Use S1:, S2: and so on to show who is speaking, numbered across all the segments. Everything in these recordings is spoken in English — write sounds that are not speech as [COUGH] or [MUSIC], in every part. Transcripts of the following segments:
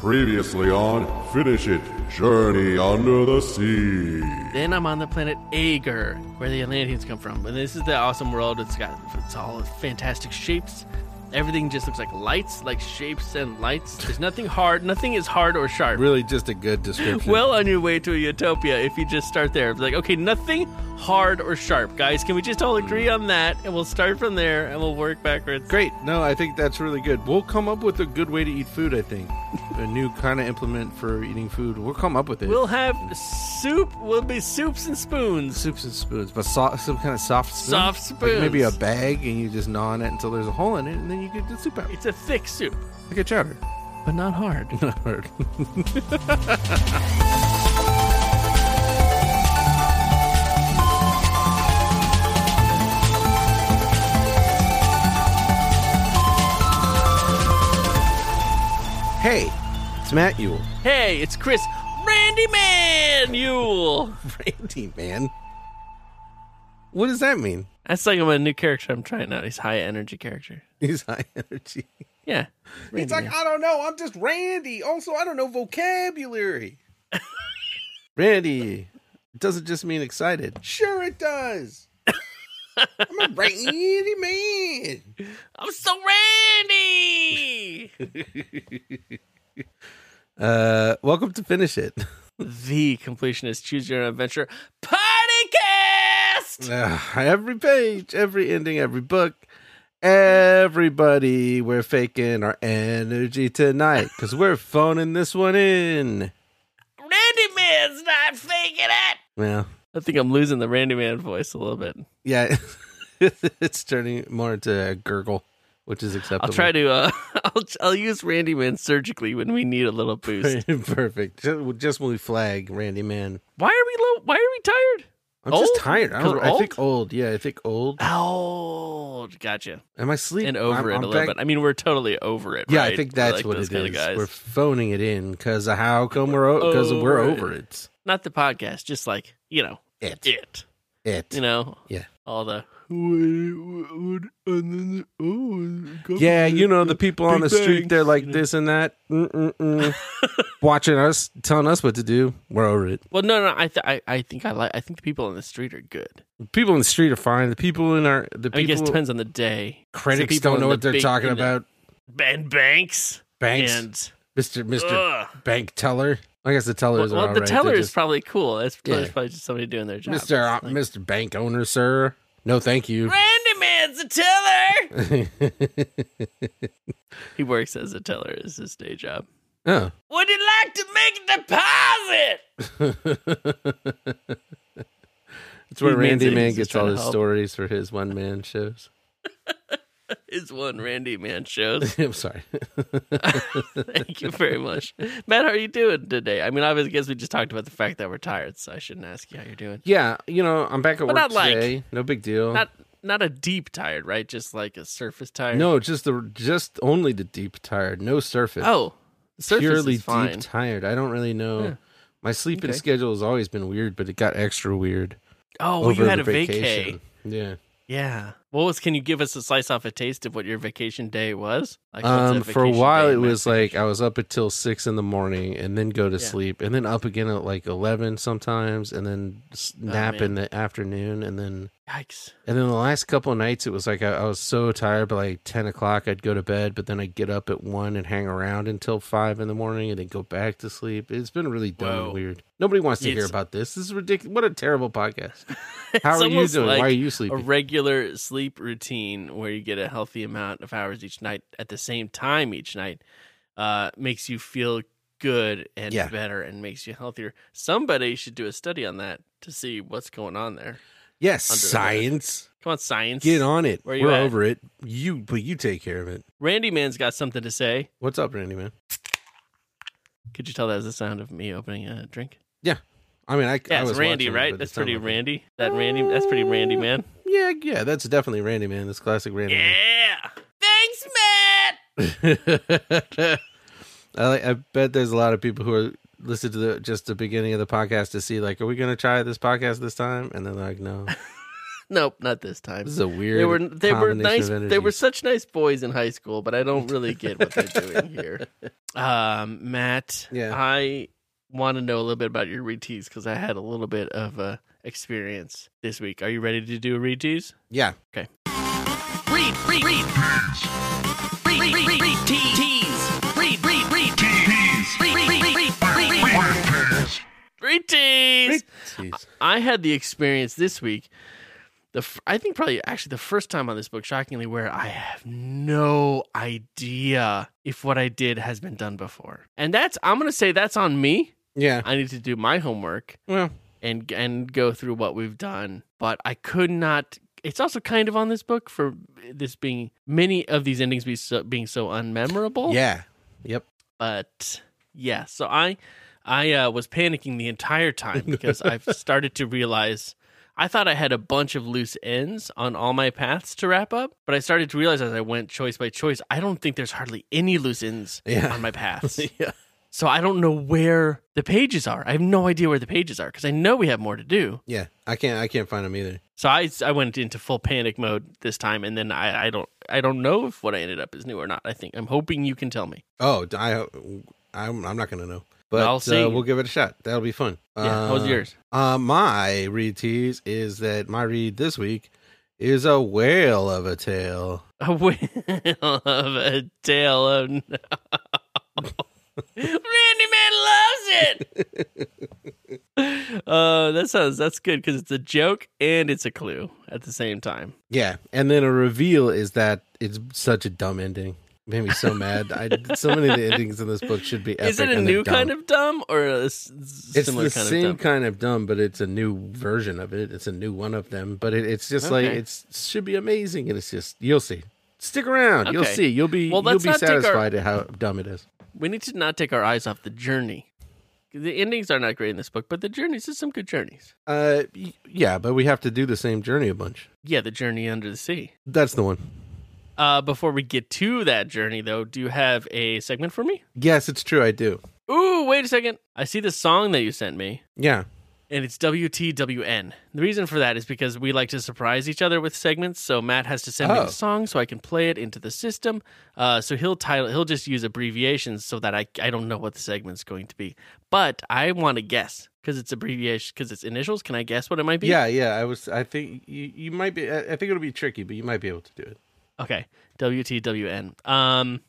S1: Previously on Finish It Journey Under the Sea.
S2: Then I'm on the planet Ager, where the Atlanteans come from. And this is the awesome world. It's got it's all fantastic shapes. Everything just looks like lights, like shapes and lights. There's nothing hard. Nothing is hard or sharp.
S3: Really, just a good description.
S2: Well on your way to a utopia if you just start there. It's like, okay, nothing hard or sharp. Guys, can we just all agree on that? And we'll start from there and we'll work backwards.
S3: great. No, I think that's really good. We'll come up with a good way to eat food. I think a new kind of implement for eating food. We'll come up with it.
S2: We'll have soup. We'll be soups and spoons.
S3: Soups and spoons, but so- some kind of soft spoon.
S2: Soft
S3: Like maybe a
S2: spoons.
S3: bag, and you just gnaw on it until there's a hole in it, and then you get the soup out.
S2: It's a thick soup,
S3: Like a chowder.
S2: but not
S3: [LAUGHS]
S2: hard.
S3: hey, it's Matt Yule. [LAUGHS]
S2: hey, it's Chris Randy Man Yule.
S3: Randy, man. What does that mean?
S2: That's like I'm a new character I'm trying out. He's high energy character.
S3: He's high energy.
S2: Yeah.
S3: He's like, I don't know. I'm just Randy. Also, I don't know vocabulary. [LAUGHS] Randy doesn't just mean excited. Sure, it does. I'm a Randy man.
S2: I'm so Randy.
S3: Uh, welcome to finish it.
S2: [LAUGHS] the completionist choose your own adventure
S3: [LAUGHS]
S2: podcast.
S3: Uh, every page, every ending, every book, everybody, we're faking our energy tonight because we're phoning this one in.
S2: Randy Man's not faking it.
S3: Well,
S2: I think I'm losing the Randy Man voice a little bit.
S3: yeah, [LAUGHS] it's turning more into a gurgle, which is acceptable.
S2: I'll try to. Uh, [LAUGHS] I'll I'll use Randy Man surgically when we need a little boost. [LAUGHS]
S3: Perfect. Just, just when we flag Randy Man.
S2: Why are we low? Why are we tired?
S3: I'm
S2: Old?
S3: just tired. I, don't,
S2: You're
S3: I think old. Yeah, I think old.
S2: Oh, gotcha.
S3: Am I sleep?
S2: And over
S3: I'm-
S2: it
S3: I'm
S2: a little
S3: back-
S2: bit. I mean, we're totally over it.
S3: Yeah,
S2: right?
S3: I think
S2: We're
S3: that's
S2: like
S3: what
S2: those
S3: it
S2: kinda
S3: is.
S2: guys.
S3: We're phoning it in because of how come we're because we're
S2: Over
S3: over it.
S2: Not the podcast, just like you know
S3: It.
S2: it.
S3: It.
S2: You know.
S3: Yeah.
S2: All the
S3: yeah, you know the people on the
S2: Big
S3: street.
S2: Bang,
S3: They're like
S2: you know.
S3: this and that,
S2: [LAUGHS]
S3: Mm-mm-mm. watching us, telling us what to do. We're over it.
S2: Well, no, no. I th- I I think I like. I think the people on the street are good.
S3: People in the street are fine. The people in our the
S2: I, mean, I guess it
S3: people
S2: depends on the day.
S3: critics
S2: people
S3: don't
S2: in
S3: know
S2: the
S3: what they're
S2: big-
S3: talking
S2: in the-
S3: about.
S2: Ben Banks
S3: Banks,
S2: and
S3: Mister Mister
S2: Ugh.
S3: Bank Teller. I guess the tellers
S2: well,
S3: are
S2: well,
S3: all
S2: the
S3: right.
S2: teller
S3: They're
S2: is probably cool. That's
S3: Yeah.
S2: that's probably just somebody doing their job.
S3: just, Mister uh,
S2: It's like,
S3: Mister Bank Owner, sir. No, thank you.
S2: Randy Man's a teller.
S3: [LAUGHS] oh,
S2: he works as a teller. Is his day job. Would you like to make a deposit?
S3: that's
S2: He
S3: where
S2: means
S3: Randy
S2: it.
S3: Man
S2: He's just
S3: gets
S2: trying
S3: all
S2: to
S3: his
S2: help.
S3: stories for his one [LAUGHS] man shows.
S2: Is one Randy Man shows.
S3: I'm sorry. [LAUGHS]
S2: Thank you very much, Matt. How are you doing today? I mean, obviously, I guess we just talked about the fact that we're tired, so I shouldn't ask you how you're doing.
S3: yeah, you know, I'm back
S2: But
S3: at work
S2: not like-
S3: today. no big deal.
S2: Not not a deep tired, right? Just like a surface tired.
S3: no, just the just only the deep tired, no surface.
S2: Oh, the surface
S3: purely
S2: is fine.
S3: deep tired. I don't really know.
S2: Yeah.
S3: My sleeping
S2: Okay.
S3: schedule has always been weird, but it got extra weird
S2: oh, well,
S3: over
S2: you had
S3: the
S2: a vacay.
S3: vacation. Yeah.
S2: Yeah. What was? Can you give us a slice off a taste of what your vacation day was? Like, what's
S3: Um, for a
S2: vacation
S3: while,
S2: day
S3: it
S2: in Matt's
S3: was like I was up until six in the morning, and then go to
S2: Yeah.
S3: sleep, and then up again at like eleven sometimes, and then s- nap
S2: Oh, man.
S3: in the afternoon, and then
S2: Yikes.
S3: and then the last couple of nights, it was like I, I was so tired by like ten o'clock, I'd go to bed, but then I'd get up at one and hang around until five in the morning, and then go back to sleep. It's been really dumb
S2: Whoa.
S3: and weird. Nobody wants to hear
S2: It's-
S3: about this. This is ridiculous. What a terrible
S2: [LAUGHS]
S3: podcast. How
S2: It's
S3: are you
S2: almost
S3: doing?
S2: like
S3: Why are you
S2: A
S3: sleeping?
S2: regular sleep routine where you get a healthy amount of hours each night at the same time each night uh, makes you feel good and
S3: Yeah.
S2: better and makes you healthier. Somebody should do a study on that to see what's going on there.
S3: yes,
S2: Under-
S3: science.
S2: Come on, science.
S3: Get on it.
S2: Where you
S3: We're
S2: at?
S3: over it. You, but you take care of it.
S2: Randy Man's got something to say.
S3: What's up, Randy man?
S2: Could you tell that was the sound of me opening a drink?
S3: I mean, I, I
S2: Yeah,
S3: was
S2: it's Randy,
S3: watching it,
S2: right?
S3: but
S2: That's
S3: it sounded
S2: pretty
S3: like-
S2: Randy. That Randy. That's pretty Randy, man.
S3: Yeah, yeah, that's definitely Randy, man. That's classic Randy. man.
S2: Yeah. Thanks, Matt.
S3: [LAUGHS] I, like- I bet there's a lot of people who are listen
S2: [LAUGHS]
S3: to the just the beginning of the podcast to see like, are we going to try this podcast this time? And they're like, no.
S2: nope, not this time.
S3: This is a weird.
S2: They were they were
S3: combination
S2: nice.
S3: of
S2: They were
S3: energies.
S2: such nice boys in high school, but I don't really get what they're doing
S3: [LAUGHS]
S2: here. Um, Matt,
S3: Yeah.
S2: I want to know a little bit about your read teas because I had a little bit of uh, experience this week. Are you ready to do a read tease?
S3: Yeah.
S2: Read, read, read. Read, read, read, read, tease. Read, read, read, tease. Read, read, read, read, Read tease.
S3: Jeez.
S2: I had the experience this week. The f- I think probably actually the first time on this book, shockingly, where I have no idea if what I did has been done before, and that's I'm gonna say that's on me.
S3: Yeah.
S2: I need to do my homework
S3: Well.
S2: and and go through what we've done, but I could not. It's also kind of on this book for this being many of these endings be so, being so unmemorable [LAUGHS]
S3: Yeah. Yep.
S2: but yeah so i i uh, was panicking the entire
S3: [LAUGHS]
S2: time because i've started to realize i thought i had a bunch of loose ends on all my paths to wrap up but i started to realize as i went choice by choice i don't think there's hardly any loose ends
S3: Yeah.
S2: on my
S3: [LAUGHS]
S2: paths
S3: Yeah.
S2: so i don't know where the pages are i have no idea where the pages are because i know we have more to do
S3: Yeah. I can't. I can't find them either.
S2: so I, I went into full panic mode this time and then I, I don't i don't know if what i ended up is new or not i think i'm hoping you can tell me [LAUGHS]
S3: Oh, I. I'm. I'm not gonna know. But
S2: I'll see.
S3: Uh, we'll give it a shot. That'll be fun.
S2: yeah how was
S3: Uh,
S2: yours
S3: Uh, my read tease is that my read this week is a whale of a tale.
S2: A whale of a tale of no. [LAUGHS] Randy Man loves
S3: [LAUGHS]
S2: it. uh, that sounds that's good because it's a joke and it's a clue at the same time.
S3: Yeah, and then a reveal is that it's such a dumb ending. It made me so mad. I so many of the endings in this book should be.
S2: [LAUGHS]
S3: Epic
S2: Is it a
S3: and they're
S2: new
S3: dumb.
S2: kind of dumb or a s- s-
S3: It's
S2: similar
S3: the
S2: kind
S3: same
S2: of dumb?
S3: kind of dumb, but it's a new version of it. It's a new one of them, but it, it's just like
S2: Okay.
S3: it's should be amazing, and it's just you'll see. Stick around, you'll
S2: Okay.
S3: see. You'll be
S2: Well,
S3: you'll
S2: let's
S3: be
S2: not take our-
S3: satisfied at how dumb it is.
S2: We need to not take our eyes off the journey. The endings are not great in this book, but the journeys is some good journeys.
S3: Uh, y- yeah, but we have to do the same journey a bunch.
S2: Yeah, the journey under the sea.
S3: That's the one.
S2: Uh, before we get to that journey, though, do you have a segment for me?
S3: Yes, it's true. I do.
S2: Ooh, wait a second. I see the song that you sent me,
S3: Yeah.
S2: and it's WTWN. The reason for that is because we like to surprise each other with segments. So Matt has to send me
S3: Oh.
S2: the song so I can play it into the system. Uh, so he'll title, he'll just use abbreviations so that I I don't know what the segment's going to be. But I want to guess because it's abbreviation because it's initials. Can I guess what it might be?
S3: Yeah, yeah. I was. I think you, you might be. I I think it'll be tricky, but you might be able to do it.
S2: Okay. WTWN. Um,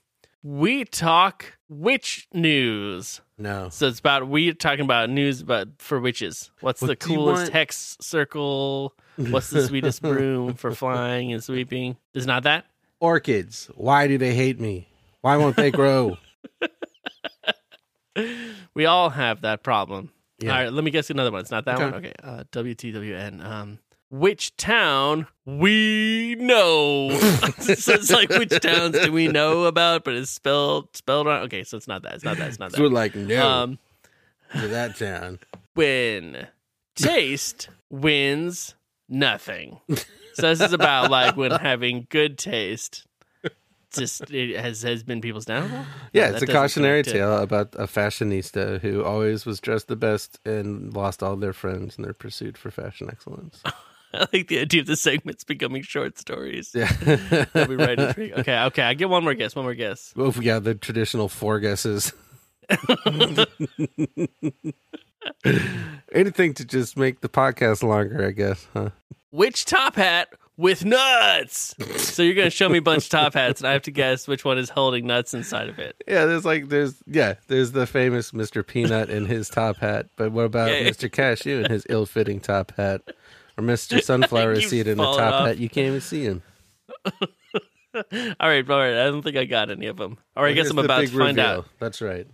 S2: we talk witch news.
S3: No.
S2: So it's about we talking about news about for witches. What's
S3: What
S2: the
S3: do you
S2: coolest
S3: want?
S2: hex circle? What's the
S3: [LAUGHS]
S2: sweetest broom for flying and sweeping? Is not that?
S3: Orchids. Why do they hate me? Why won't they
S2: [LAUGHS]
S3: grow?
S2: We all have that problem.
S3: Yeah.
S2: All right, let me guess another one. It's not that
S3: Okay.
S2: one. Okay. Uh, WTWN. Um, which town we know? [LAUGHS] so it's like which towns do we know about? But it's spelled spelled wrong. Okay, so it's not that. It's not that. It's not
S3: [LAUGHS] So we're
S2: that.
S3: like oh. no
S2: Um,
S3: to that town.
S2: when taste wins nothing. So this is about like when having good taste just it has has been people's downfall. No,
S3: Yeah, it's
S2: that
S3: a
S2: doesn't
S3: cautionary
S2: connect to-
S3: tale about a fashionista who always was dressed the best and lost all their friends in their pursuit for fashion
S2: [LAUGHS]
S3: excellence.
S2: [LAUGHS] I like the idea of the segments becoming short stories. [LAUGHS]
S3: Yeah.
S2: That'll be right in three- Okay, okay. I get one more guess. One more guess.
S3: Well, yeah, the traditional four guesses. [LAUGHS] Anything to just make the podcast longer, I guess, huh?
S2: Which top hat with nuts? So you're gonna show me a bunch of top hats, and I have to guess which one is holding nuts inside of it.
S3: Yeah, there's like there's yeah, there's the famous Mr. Peanut and his top hat, but what about
S2: Yeah.
S3: Mr. Cashew and his ill-fitting top hat, or
S2: [LAUGHS]
S3: Mr. Sunflower
S2: You've
S3: Seed and the
S2: fallen
S3: top
S2: off.
S3: hat? You can't even see him.
S2: All right, all right. I don't think I got any of them. Or I guess
S3: Here's
S2: I'm
S3: the
S2: about
S3: big
S2: to find
S3: reveal.
S2: out.
S3: That's right.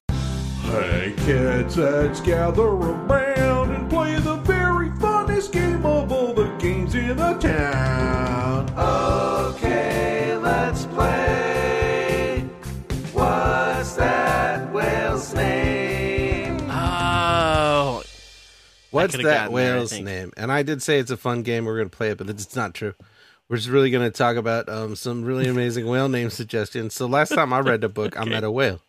S1: Hey kids, let's gather around and play the very funnest game of all the games in the town. Okay, let's play. What's that whale's name?
S2: Oh,
S3: What's
S2: could've
S3: that
S2: gotten there, I
S3: whale's
S2: think.
S3: name? And I did say it's a fun game. We're going to play it, but it's not true. We're just really going
S2: [LAUGHS]
S3: to talk about um, some really amazing whale name suggestions. So last time I read the book, I met a whale.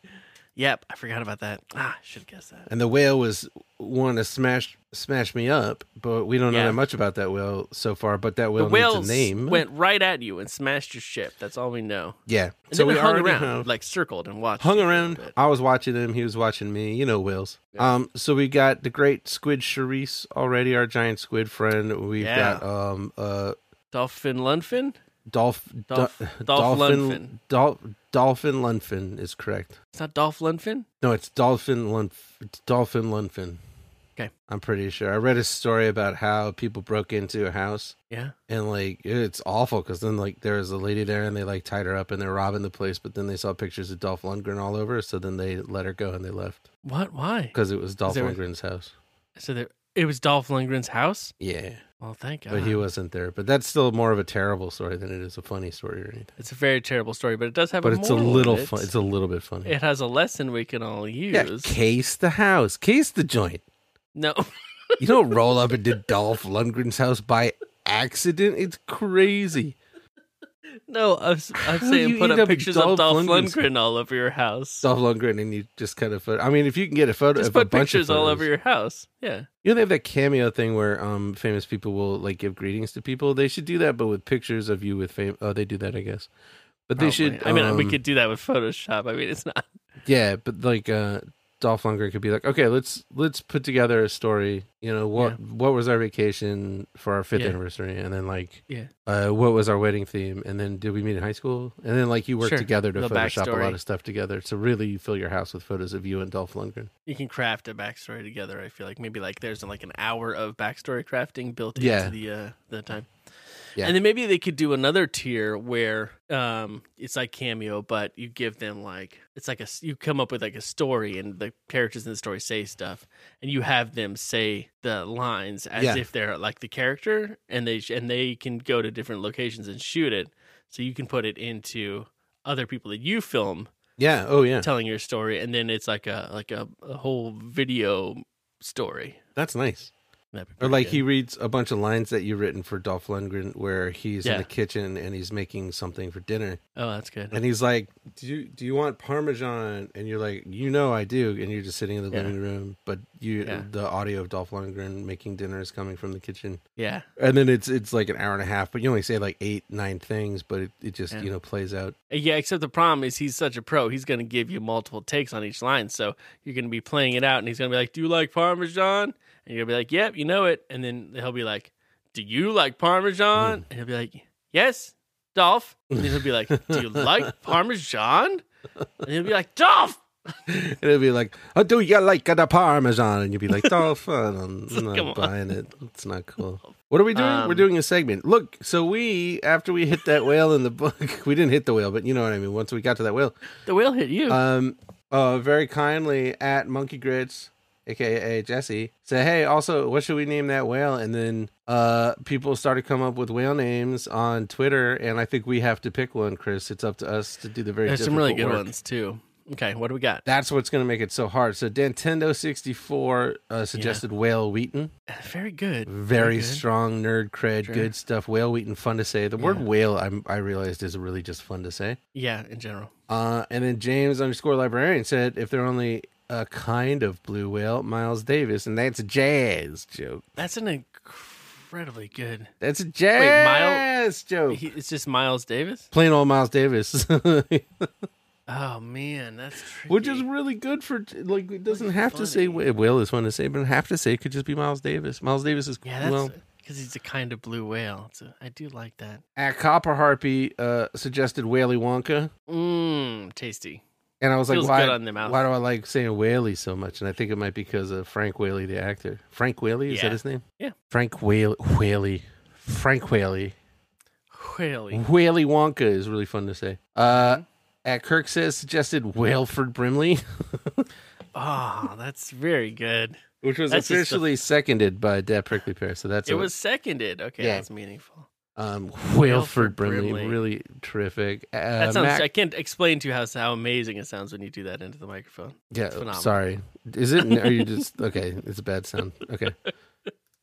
S2: Yep, I forgot about that. Ah, should have guessed that.
S3: And the whale was wanting to smash smash me up, but we don't know
S2: Yeah.
S3: that much about that whale so far. But that whale
S2: The whale
S3: needs a name.
S2: went right at you and smashed your ship. That's all we know.
S3: yeah,
S2: And
S3: so
S2: then
S3: we
S2: it hung
S3: already
S2: around,
S3: have-
S2: like circled and watched.
S3: hung
S2: you for a
S3: around.
S2: little bit.
S3: I was watching him. He was watching me. You know, Wills. Um, so we got the great squid Charisse already, our giant squid friend. We've
S2: Yeah.
S3: got um uh
S2: Dolphin Lundfin.
S3: Dolph,
S2: Dolph-
S3: Do-
S2: Dolph
S3: [LAUGHS] dolphin Dolph Dolphin Lundfin is correct.
S2: It's not Dolph Lundfin.
S3: No, it's Dolphin Lundf- it's Dolphin Lundfin.
S2: Okay.
S3: I'm pretty sure. I read a story about how people broke into a house
S2: Yeah.
S3: and like it's awful because then like there was a lady there and they like tied her up and they're robbing the place, but then they saw pictures of Dolph Lundgren all over, so then they let her go and they left
S2: What? Why?
S3: because it was Dolph
S2: there-
S3: Lundgren's house.
S2: So there, it was Dolph Lundgren's house.
S3: Yeah,
S2: Well, thank God.
S3: but he wasn't there. But that's still more of a terrible story than it is a funny story or anything.
S2: it's a very terrible story, but it does have.
S3: But
S2: a
S3: it's a
S2: moral in
S3: little
S2: it.
S3: fun. It's a little bit funny.
S2: It has a lesson we can all use.
S3: Yeah, case the house, case the joint.
S2: No, [LAUGHS]
S3: You don't [LAUGHS] roll up into Dolph Lundgren's house by accident. It's crazy.
S2: no. I'm, s- I'm
S3: How do
S2: saying
S3: you
S2: put
S3: end
S2: up,
S3: up in
S2: pictures of
S3: Dolph
S2: Dolph
S3: Lundgren's-
S2: Lundgren all over your house.
S3: Dolph Lundgren, and you just kind of photo. I mean, if you can get a photo,
S2: Just
S3: of a
S2: put
S3: bunch
S2: pictures
S3: of
S2: all
S3: photos-
S2: over your house. Yeah.
S3: You know, they have that cameo thing where um famous people will like give greetings to people. They should do that, but with pictures of you with fame. Oh, they do that, I guess. But they should.
S2: I mean, we
S3: um,
S2: could do that with Photoshop. I mean, it's not.
S3: Yeah, but like uh Dolph Lundgren could be like, okay, let's let's put together a story. You know what what was our vacation for our fifth
S2: Yeah.
S3: anniversary, and then like
S2: Yeah.
S3: uh, what was our wedding theme, and then did we meet in high school, and then like you work
S2: Sure.
S3: together to
S2: The
S3: Photoshop a
S2: backstory.
S3: lot of stuff together to really fill your house with photos of you and Dolph Lundgren.
S2: [LAUGHS] You can craft a backstory together. I feel like maybe like there's like an hour of backstory crafting built into
S3: Yeah.
S2: the uh, the time.
S3: Yeah.
S2: And then maybe they could do another tier where um it's like cameo, but you give them like it's like a s- you come up with like a story and the characters in the story say stuff and you have them say the lines as
S3: Yeah.
S2: if they're like the character and they sh- and they can go to different locations and shoot it so you can put it into other people that you film
S3: Yeah. Oh yeah.
S2: telling your story and then it's like a like a, a whole video story
S3: That's nice.
S2: That'd be
S3: Or
S2: pretty
S3: like
S2: good.
S3: he reads a bunch of lines that you've written for Dolph Lundgren, where he's in
S2: Yeah.
S3: the kitchen and he's making something for dinner,
S2: oh that's good
S3: and he's like, "Do you do you want parmesan?" And you're like, "You know I do." And you're just sitting in the
S2: Yeah.
S3: living room, but you
S2: Yeah.
S3: the audio of Dolph Lundgren making dinner is coming from the kitchen.
S2: yeah
S3: And then it's it's like an hour and a half, but you only say like eight, nine things, but it, it just
S2: Yeah.
S3: you know plays out. [LAUGHS]
S2: yeah except the problem is he's such a pro he's going to give you multiple takes on each line so you're going to be playing it out and he's going to be like do you like parmesan and you're going to be like yep you know it and then he'll be like do you like parmesan
S3: Mm.
S2: and he'll be like yes dolph and then he'll be like do you
S3: [LAUGHS]
S2: like parmesan and he'll be like dolph
S3: And it'll be like, "Oh, do you like the parmesan?" And you'll be like,
S2: [LAUGHS]
S3: "Dolph, I'm not
S2: Come on.
S3: buying it. It's not cool." What are we doing? We're
S2: Um,
S3: doing a segment. Look, so we after we hit that whale in the book, [LAUGHS] we didn't hit the whale, but you know what I mean. Once we got to that whale,
S2: the whale hit you
S3: um, uh, very kindly at Monkey Grits, aka Jesse, said, "Hey, also, what should we name that whale?" And then uh, people started coming up with whale names on Twitter, and I think we have to pick one, Chris. It's up to us to do the very.
S2: there's some really good
S3: difficult work.
S2: ones too okay what do we got
S3: That's what's going to make it so hard. So Nintendo 64 uh, suggested Whale Wheaton.
S2: Very good.
S3: Very
S2: good.
S3: strong nerd cred, good stuff. Whale Wheaton, fun to say. The word whale, I'm, I realized, is really just fun to say.
S2: Yeah, in general.
S3: Uh, and then James underscore librarian said, if they're only a kind of blue whale, Miles Davis, and that's a jazz joke.
S2: That's an incredibly good.
S3: That's a
S2: Mile-
S3: jazz joke.
S2: He, it's just Miles Davis.
S3: Plain old Miles Davis, [LAUGHS]
S2: Oh man, that's tricky.
S3: which is really good for like it doesn't have to say
S2: funny.
S3: whale is fun to say, but have to say it could just be Miles Davis. Miles Davis is
S2: yeah, that's
S3: well,
S2: because he's a kind of blue whale. It's a, I do like that.
S3: at Copper Harpy uh, suggested Whaley Wonka,
S2: Mmm, tasty.
S3: and I was like,
S2: Feels
S3: why,
S2: good on the mouth.
S3: why do I like saying Whaley so much? And I think it might be because of Frank Whaley, the actor. Frank Whaley
S2: Yeah.
S3: is that his name?
S2: Yeah.
S3: Frank Whaley. Whaley. Frank Whaley.
S2: Whaley.
S3: Whaley Wonka is really fun to say.
S2: Mm-hmm.
S3: Uh, At Kirk says suggested Whaleford Brimley, [LAUGHS]
S2: Oh, that's very good.
S3: which was
S2: That's just
S3: officially seconded by Dad Prickly Pear. So that's
S2: it
S3: a-
S2: was seconded. Okay,
S3: Yeah.
S2: that's meaningful.
S3: um, Whaleford Brimley,
S2: Brimley.
S3: really terrific. Uh,
S2: That sounds.
S3: Mac-
S2: I can't explain to you how how amazing it sounds when you do that into the microphone.
S3: Yeah,
S2: phenomenal.
S3: sorry. Is it? Are you just [LAUGHS] okay? It's a bad sound. Okay.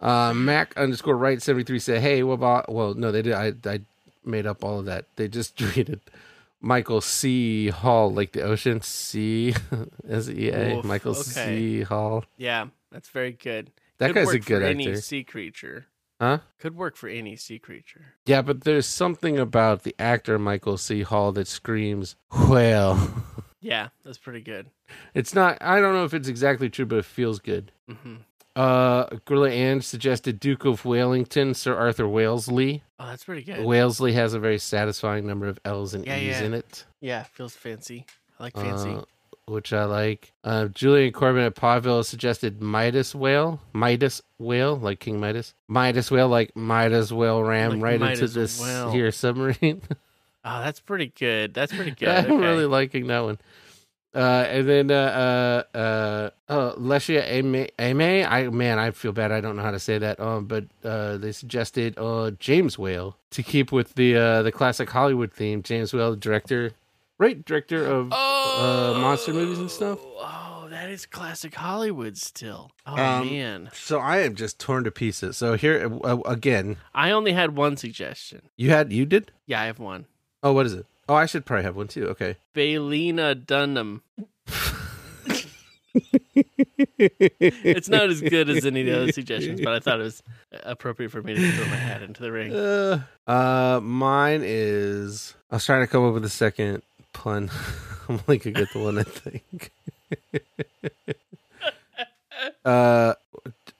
S3: Uh, Mac underscore right seventy three said, "Hey, what about?" Well, no, they did. I I made up all of that. They just [LAUGHS] tweeted, Michael C. Hall, like the ocean. C [LAUGHS] S E A.
S2: Oof,
S3: Michael C.
S2: okay.
S3: Hall.
S2: Yeah, that's very good.
S3: That
S2: Could
S3: guy's
S2: work
S3: a good
S2: for
S3: actor.
S2: Any sea creature
S3: Huh?
S2: could work for any sea creature.
S3: Yeah, but there's something about the actor Michael C. Hall that screams whale.
S2: Yeah, that's pretty good.
S3: [LAUGHS] It's not. I don't know if it's exactly true, but it feels good.
S2: hmm
S3: Uh, Gorilla Ange suggested Duke of Wellington, Sir Arthur Wellesley.
S2: Oh, that's pretty good.
S3: Wellesley has a very satisfying number of L's and
S2: Yeah,
S3: E's
S2: yeah.
S3: in it,
S2: yeah, feels fancy. I like fancy.
S3: uh, which I like. Uh, Julian Corbin at Paville suggested Midas Whale, Midas Whale, like King Midas, Midas Whale, like might as well ram
S2: Like,
S3: right
S2: might
S3: into
S2: as
S3: this
S2: well.
S3: here submarine. [LAUGHS]
S2: oh, that's pretty good. That's [LAUGHS] pretty good.
S3: I'm
S2: okay.
S3: really liking that one. Uh, and then uh, uh, uh, oh, Lesia Aime, Aime, I man, I feel bad. I don't know how to say that. Um, but uh, they suggested uh, James Whale to keep with the uh, the classic Hollywood theme. James Whale, director, right? Director of
S2: oh,
S3: uh, monster movies and stuff.
S2: Oh, that is classic Hollywood still. Oh
S3: Um,
S2: man,
S3: So I am just torn to pieces. So here uh, again,
S2: I only had one suggestion.
S3: you had you did.
S2: Yeah, I have one.
S3: Oh, what is it? Oh, I should probably have one too. Okay.
S2: Bailina Dunham. It's not as good as any of the other suggestions, but I thought it was appropriate for me to throw my hat into the
S3: [LAUGHS]
S2: ring.
S3: Uh, uh, mine is. I was trying to come up with a second pun. [LAUGHS] I'm only gonna get the one I think. [LAUGHS] uh,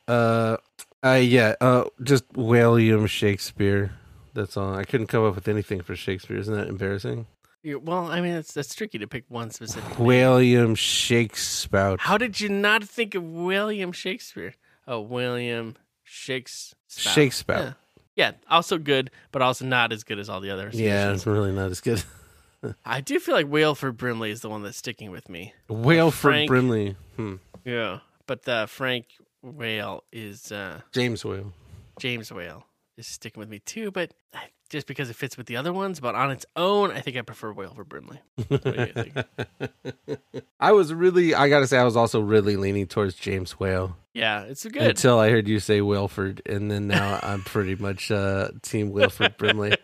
S3: uh, uh, yeah. Uh, just William Shakespeare. That's all. I couldn't come up with anything for Shakespeare. Isn't that embarrassing?
S2: You're- well, I mean, it's that's tricky to pick one specific.
S3: William Shakespeare.
S2: How did you not think of William Shakespeare? Oh, William Shakespeare.
S3: Shakespeare.
S2: Yeah, also good, but also not as good as all the others.
S3: Yeah, it's really not as good. [LAUGHS]
S2: I do feel like Wailford Brimley is the one that's sticking with me.
S3: Wailford
S2: Frank-
S3: Brimley. Hmm.
S2: Yeah. But the Frank Whale is uh
S3: James Whale.
S2: James Whale is sticking with me too, but I- just because it fits with the other ones, but on its own, I think I prefer Wailford Brimley. What do you
S3: [LAUGHS]
S2: think?
S3: I was really, I gotta say, I was also really leaning towards James Whale
S2: yeah, it's good. [LAUGHS]
S3: until I heard you say Wilford, and then now I'm pretty much uh, Team Wilford Brimley.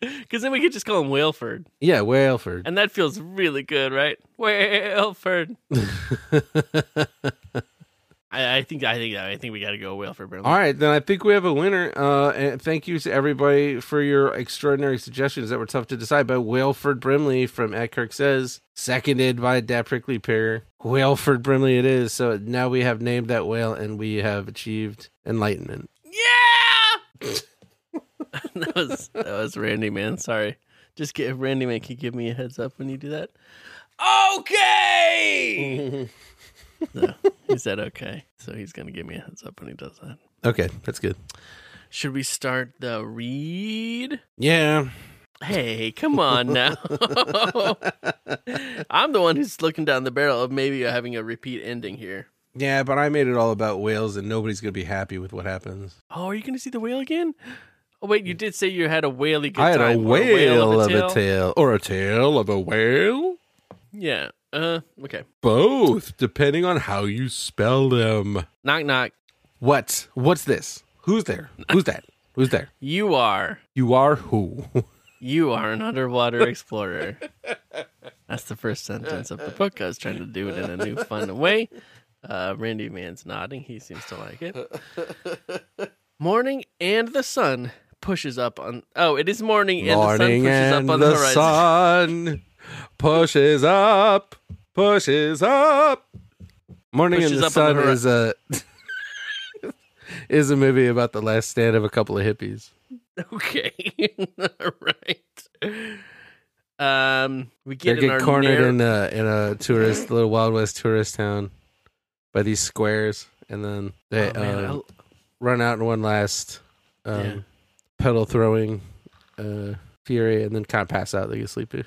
S2: Because then we could just call him Wailford,
S3: Yeah, Wilford.
S2: and that feels really good, right?
S3: [LAUGHS]
S2: Wailford. I, I think I think I think we got to go Wailford Brimley.
S3: All right, then I think we have a winner. Uh, and thank you to everybody for your extraordinary suggestions that were tough to decide. But Wilford Brimley from At Kirk says, seconded by Dat Prickly Pear. Wilford Brimley it is. So now we have named that whale, and we have achieved enlightenment.
S2: Yeah. [LAUGHS] that was that was Randy man. Sorry. Just give Randy man can you give me a heads up when you do that. Okay.
S3: [LAUGHS]
S2: no, he said okay. So he's gonna give me a heads up when he does that.
S3: Okay, that's good.
S2: Should we start the read?
S3: Yeah.
S2: Hey, come on now. [LAUGHS] I'm the one who's looking down the barrel of maybe having a repeat ending here.
S3: Yeah, but I made it all about whales, and nobody's gonna be happy with what happens.
S2: Oh, are you going to see the whale again? Oh, wait, you did say you had a whaley good
S3: I had
S2: time.
S3: a
S2: or
S3: whale, of, a tail, or a tail of a whale,
S2: Yeah. Uh, okay.
S3: both, depending on how you spell them.
S2: Knock, knock.
S3: What? What's this? Who's there? Who's that? Who's there?
S2: You are.
S3: You are [LAUGHS] who?
S2: You are an
S3: [LAUGHS]
S2: underwater explorer. That's the first sentence
S3: [LAUGHS]
S2: of the book. I was trying to do it in a new, fun way. Uh, Randy Man's nodding. He seems to like it. Morning and the sun pushes up on. Oh, it is morning and
S3: Morning
S2: the sun pushes
S3: and
S2: up on
S3: the,
S2: the horizon.
S3: sun pushes up, pushes up. Morning
S2: Pushes
S3: and
S2: up
S3: the
S2: on
S3: sun
S2: the
S3: is a is a [LAUGHS] movie about the last stand of a couple of hippies.
S2: [LAUGHS] Okay. [LAUGHS] All right. Um, we get in
S3: They're getting
S2: our
S3: cornered
S2: narr-
S3: in a in a tourist little Wild West tourist town by these squares, and then they
S2: Oh, man,
S3: um,
S2: I- [LAUGHS]
S3: run out in one last um,
S2: Yeah.
S3: pedal throwing uh, fury, and then kind of pass out. They get sleepy.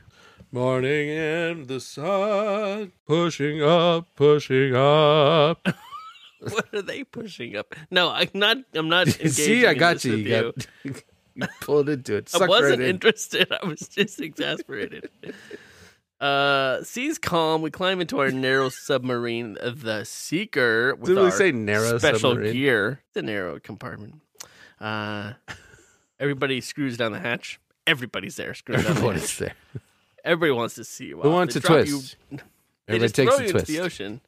S3: Morning and the sun pushing up, pushing up.
S2: what are they pushing up? No, I'm not. I'm not.
S3: [LAUGHS]
S2: [LAUGHS] engaging
S3: See, I
S2: in
S3: got
S2: this
S3: you.
S2: with
S3: You got you [LAUGHS] pulled into it.
S2: I
S3: Sucked
S2: wasn't
S3: right in.
S2: interested. I was just
S3: [LAUGHS]
S2: exasperated. Uh, seas calm. We climb into our narrow submarine, the Seeker. With
S3: Did we
S2: our
S3: say narrow
S2: special
S3: submarine?
S2: gear? The narrow compartment. Uh, everybody screws down the hatch. Everybody's there. Screws down the hatch.
S3: Everyone's there.
S2: Everybody wants to see you.
S3: Who
S2: out.
S3: wants
S2: They
S3: a
S2: drop
S3: twist?
S2: You, they
S3: Everybody
S2: just throw
S3: takes a
S2: you
S3: twist.
S2: into the ocean,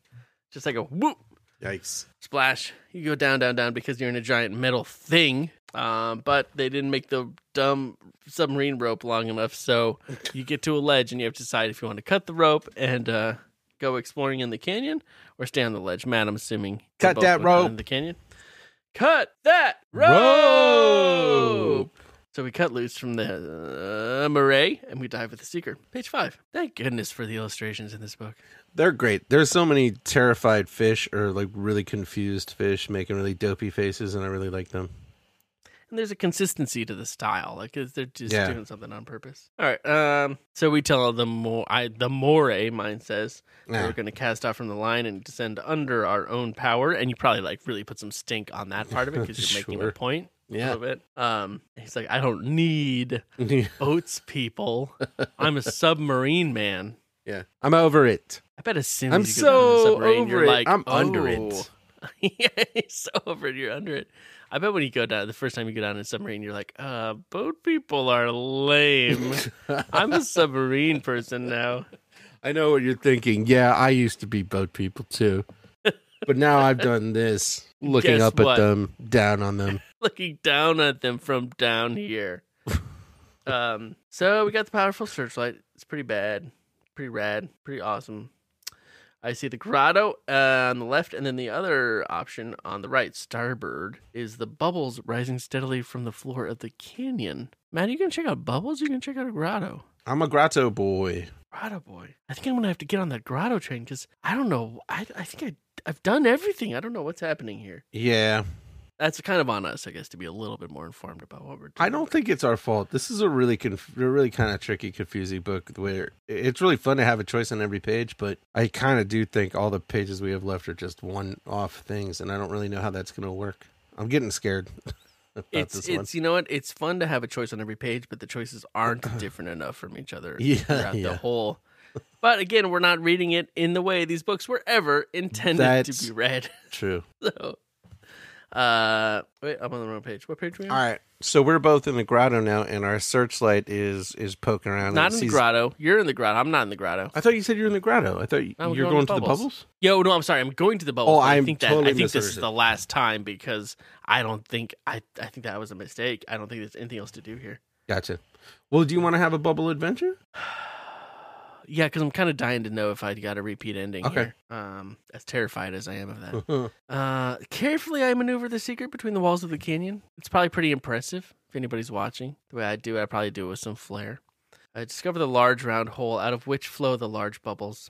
S2: just like a whoop
S4: Yikes.
S2: splash. You go down, down, down because you're in a giant metal thing. Um, but they didn't make the dumb submarine rope long enough, so you get to a ledge and you have to decide if you want to cut the rope and uh, go exploring in the canyon or stay on the ledge. Matt, I'm assuming they
S3: Cut
S2: both
S3: that
S2: went down
S3: rope.
S2: in the canyon. Cut that rope.
S3: Rope.
S2: So we cut loose from the uh, moray and we dive with the seeker. Page five. Thank goodness for the illustrations in this book.
S3: They're great. There's so many terrified fish or like really confused fish making really dopey faces, and I really like them. [LAUGHS]
S2: and there's a consistency to the style like it's- they're just
S3: Yeah.
S2: doing something on purpose all right um so we tell the more i the more mine says that
S3: Yeah.
S2: we're going to cast off from the line and descend under our own power and you probably like really put some stink on that part of it because
S3: [LAUGHS]
S2: you're making a
S3: Sure.
S2: point a
S3: Yeah.
S2: little bit um he's like i don't need boats people
S3: [LAUGHS]
S2: i'm a submarine man
S3: yeah. I'm over it.
S2: i bet as soon as
S3: I'm
S2: you go
S3: so
S2: down the submarine, you're
S3: over it.
S2: like
S3: I'm under it.
S2: "Oh." [LAUGHS] yeah, he's so over it. You're under it. I bet when you go down, the first time you go down in a submarine, you're like, uh, boat people are
S3: [LAUGHS]
S2: lame. I'm a submarine person now.
S3: I know what you're thinking. Yeah, I used to be boat people
S2: [LAUGHS]
S3: too. But now I've done this, looking
S2: Guess
S3: up
S2: what?
S3: at them, down on them.
S2: [LAUGHS] Looking down at them from down
S3: [LAUGHS]
S2: here. Um, so we got the powerful searchlight. It's pretty bad, pretty rad, pretty awesome. I see the grotto uh, on the left, and then the other option on the right, starboard, is the bubbles rising steadily from the floor of the canyon. Man, you can check out bubbles. You can check out a grotto.
S3: I'm a grotto boy.
S2: Grotto boy. I think I'm gonna have to get on that Grotto train because I don't know. I I think I I've done everything. I don't know what's happening here.
S3: Yeah.
S2: That's kind of on us, I guess, to be a little bit more informed about what we're. doing.
S3: I don't think it's our fault. This is a really conf- a really kind of tricky, confusing book where it's really fun to have a choice on every page, but I kind of do think all the pages we have left are just one off things, and I don't really know how that's going to work. I'm getting scared [LAUGHS] about
S2: It's
S3: this
S2: it's
S3: one.
S2: you know what? It's fun to have a choice on every page, but the choices
S3: [LAUGHS]
S2: aren't different enough from each other
S3: Yeah,
S2: throughout the
S3: yeah.
S2: whole. But again, we're not reading it in the way these books were ever intended
S3: That's-
S2: to be read. [LAUGHS]
S3: True.
S2: So, uh, wait, I'm on the wrong page. What page are we on?
S3: All right. So we're both in the grotto now, and our searchlight is is poking around. and
S2: Not in the
S3: sees-
S2: grotto. You're in the grotto. I'm not in the grotto.
S3: I thought you said you're in the grotto. I thought you,
S2: No, we're
S3: you're
S2: going
S3: going,
S2: to
S3: to the
S2: bubbles.
S3: bubbles.
S2: Yo, no, I'm sorry. I'm going to the bubbles.
S3: Oh,
S2: but I
S3: I'm
S2: think that
S3: totally
S2: I think this is
S3: misunderstood.
S2: the last time because I don't think I I think that was a mistake. I don't think there's anything else to do here.
S3: Gotcha. Well, do you want to have a bubble adventure? [LAUGHS]
S2: Yeah, because I'm kind of dying to know if I got a repeat ending.
S3: Okay.
S2: Here. Um, as terrified as I am of that. Uh, carefully, I maneuver the secret between the walls of the canyon. It's probably pretty impressive if anybody's watching. The way I do it, I probably do it with some flair. I discover the large round hole out of which flow the large bubbles.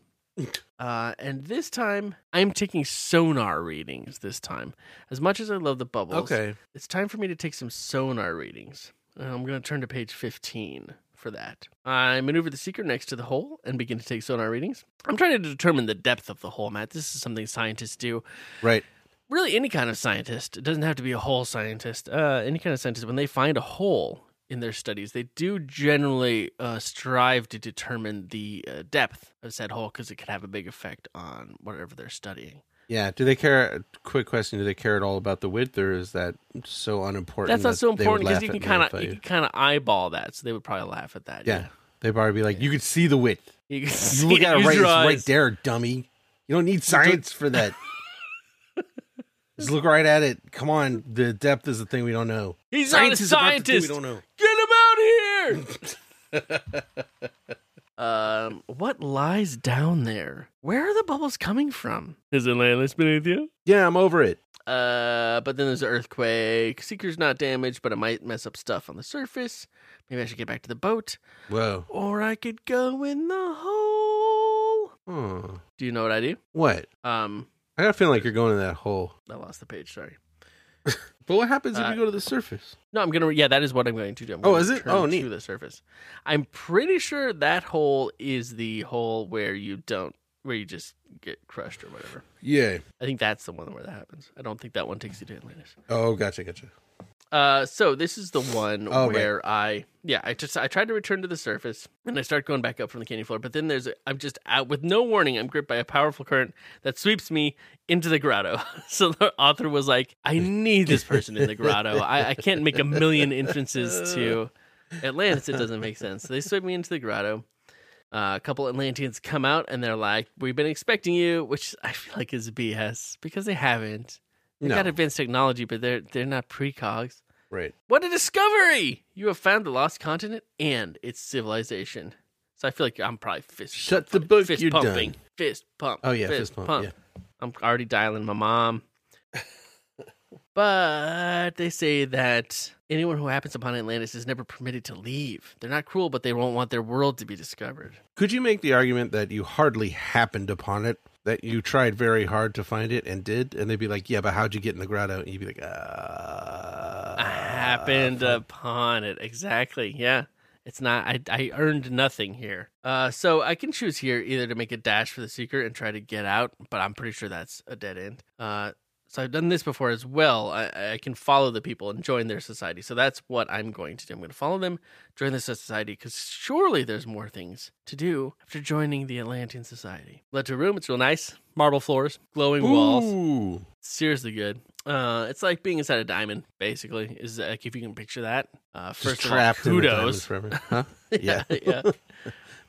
S2: Uh, and this time, I'm taking sonar readings. This time, as much as I love the bubbles,
S3: okay.
S2: it's time for me to take some sonar readings. And I'm going to turn to page 15 for that. I maneuver the seeker next to the hole and begin to take sonar readings. I'm trying to determine the depth of the hole, Matt. This is something scientists do
S3: Right.
S2: really any kind of scientist it doesn't have to be a whole scientist uh, any kind of scientist when they find a hole in their studies they do generally uh, strive to determine the uh, depth of said hole because it could have a big effect on whatever they're studying
S3: Yeah. Do they care? Quick question: Do they care at all about the width, or is that so unimportant?
S2: that's not
S3: that
S2: so
S3: they would
S2: important because you
S3: laugh
S2: can
S3: at me
S2: kind
S3: if I-
S2: of you can kind of eyeball that so they would probably laugh at that
S3: yeah. They'd probably be like, "You could see the width.
S2: [LAUGHS] you, can see
S3: You look
S2: it,
S3: at it
S2: use
S3: right, it's
S2: your
S3: right
S2: eyes.
S3: there, dummy. You don't need science
S2: [LAUGHS]
S3: for that. Just look right at it. Come on. The depth is the thing we don't know.
S2: he's not
S3: Science
S2: a
S3: is about the thing
S2: scientist
S3: we don't know.
S2: Get him out here! [LAUGHS] um, what lies down there? Where are the bubbles coming from? Is it landless beneath you?
S3: Yeah, I'm over it.
S2: Uh, but then there's an earthquake. Seeker's not damaged, but it might mess up stuff on the surface. Maybe I should get back to the boat,
S3: Whoa.
S2: or I could go in the hole.
S3: Hmm.
S2: Do you know what I do?
S3: What?
S2: Um,
S3: I got a feeling like you're going in that hole.
S2: I lost the page. Sorry.
S3: But what happens
S2: Uh,
S3: if you go to the surface?
S2: No, I'm gonna. Yeah, that is what I'm going to do. I'm
S3: Oh,
S2: gonna
S3: is it?
S2: return
S3: Oh, neat.
S2: To the surface. I'm pretty sure that hole is the hole where you don't, where you just get crushed or whatever.
S3: Yeah.
S2: I think that's the one where that happens. I don't think that one takes you to Atlantis.
S3: Oh, gotcha, gotcha.
S2: Uh, so this is the one
S3: Oh, right.
S2: where I, yeah, I just I tried to return to the surface and I start going back up from the canyon floor, but then there's a, I'm just out with no warning. I'm gripped by a powerful current that sweeps me into the grotto. [LAUGHS] so the author was like, "I need
S3: [LAUGHS]
S2: this person in the grotto. I, I can't make a million entrances to Atlantis. It doesn't make sense." So they sweep me into the grotto. Uh, a couple Atlanteans come out and they're like, "We've been expecting you," which I feel like is BS because they haven't. They
S3: No.
S2: got advanced technology, but they're they're not precogs.
S3: Right.
S2: What a discovery! You have found the lost continent and its civilization. So I feel like I'm probably fist.
S3: Shut the book,
S2: Fist
S3: you're
S2: pumping.
S3: done.
S2: Fist pump.
S3: Oh, yeah, fist pump,
S2: I'm already dialing my
S3: [LAUGHS]
S2: mom. but they say that anyone who happens upon Atlantis is never permitted to leave. They're not cruel, but they won't want their world to be discovered.
S3: Could you make the argument that you hardly happened upon it, that you tried very hard to find it and did? And they'd be like, yeah, but how'd you get in the grotto? And you'd be like, uh.
S2: I happened upon it. Exactly. Yeah. It's not I I earned nothing here. Uh so I can choose here either to make a dash for the seeker and try to get out, but I'm pretty sure that's a dead end. Uh so I've done this before as well. I, I can follow the people and join their society. So that's what I'm going to do. I'm going to follow them, join the society, because surely there's more things to do after joining the Atlantean Society. Led to a room. It's real nice. Marble floors, glowing walls
S3: Ooh.
S2: seriously good. Uh, it's like being inside a diamond, basically. Is like if you can picture that. Uh,
S3: Just
S2: first of all,
S3: trapped in the
S2: kudos.
S3: diamonds [LAUGHS] forever. Huh? Yeah.
S2: [LAUGHS] yeah.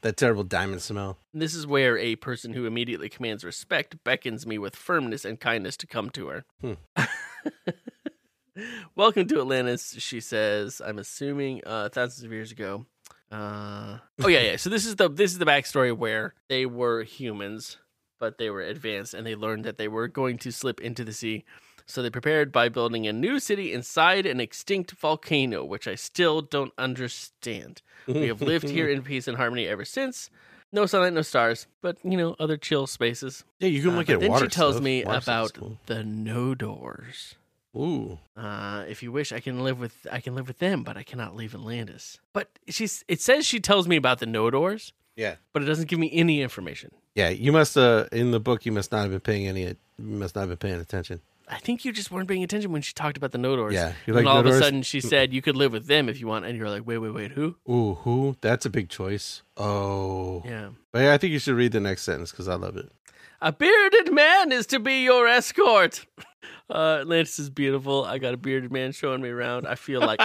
S3: that terrible diamond smell.
S2: This is where a person who immediately commands respect beckons me with firmness and kindness to come to her.
S3: Hmm.
S2: [LAUGHS] Welcome to Atlantis, she says. I'm assuming uh, thousands of years ago. Uh, oh yeah, yeah. So this is the this is the backstory where they were humans, but they were advanced, and they learned that they were going to slip into the sea. So they prepared by building a new city inside an extinct volcano, which I still don't understand. We have lived here in peace and harmony ever since. No sunlight, no stars, but you know, other chill spaces.
S3: Yeah, you can
S2: Uh,
S3: look
S2: but
S3: at
S2: then
S3: water.
S2: she tells
S3: stuff.
S2: me
S3: Water stuff's
S2: about
S3: cool.
S2: the no doors.
S3: Ooh.
S2: Uh, if you wish, I can live with I can live with them, but I cannot leave Atlantis. But she's it says she tells me about the no doors,
S3: Yeah.
S2: but it doesn't give me any information.
S3: Yeah, you must uh in the book you must not have been paying any you must not have been paying attention.
S2: I think you just weren't paying attention when she talked about the no doors.
S3: Yeah, you
S2: and
S3: like
S2: all
S3: no
S2: of a
S3: doors?
S2: sudden she said you could live with them if you want, and you're like, wait, wait, wait, who?
S3: Ooh, who? That's a big choice. Oh.
S2: Yeah.
S3: But yeah, I think you should read the next sentence because I love it.
S2: A bearded man is to be your escort. [LAUGHS] Uh, Atlantis is beautiful. I got a bearded man showing me around. I feel like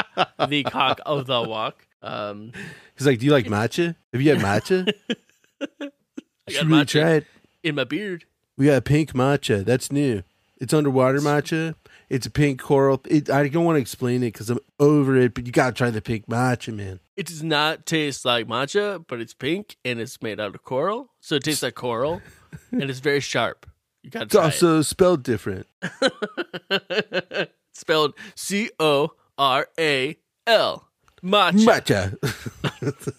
S2: the cock of the walk. Um,
S3: He's like, Do you like matcha? Have you had matcha?
S2: [LAUGHS] I got
S3: should really
S2: matcha
S3: try it.
S2: in my beard.
S3: We got pink matcha. That's new. It's underwater matcha. It's a pink coral. It, I don't want to explain it because I'm over it, but you got to try the pink matcha, man.
S2: It does not taste like matcha, but it's pink and it's made out of coral, so it tastes like coral, and it's very sharp. You got
S3: It's also spelled different.
S2: it. [LAUGHS] spelled C O R A L matcha.
S3: Matcha.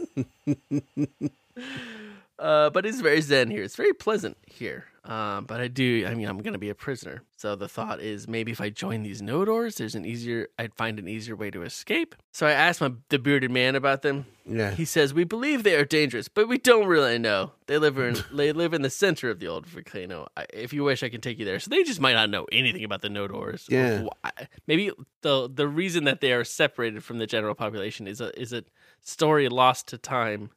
S2: Uh, but it's very zen here. It's very pleasant here. Um, but I do. I mean, I'm gonna be a prisoner. So the thought is, maybe if I join these no doors, there's an easier. I'd find an easier way to escape. So I asked my the bearded man about them.
S3: yeah.
S2: He says we believe they are dangerous, but we don't really know. They live
S3: [LAUGHS]
S2: in they live in the center of the old volcano. I, if you wish, I can take you there. So they just might not know anything about the no doors.
S3: Yeah.
S2: Why- Maybe the the reason that they are separated from the general population is a is a story lost to time.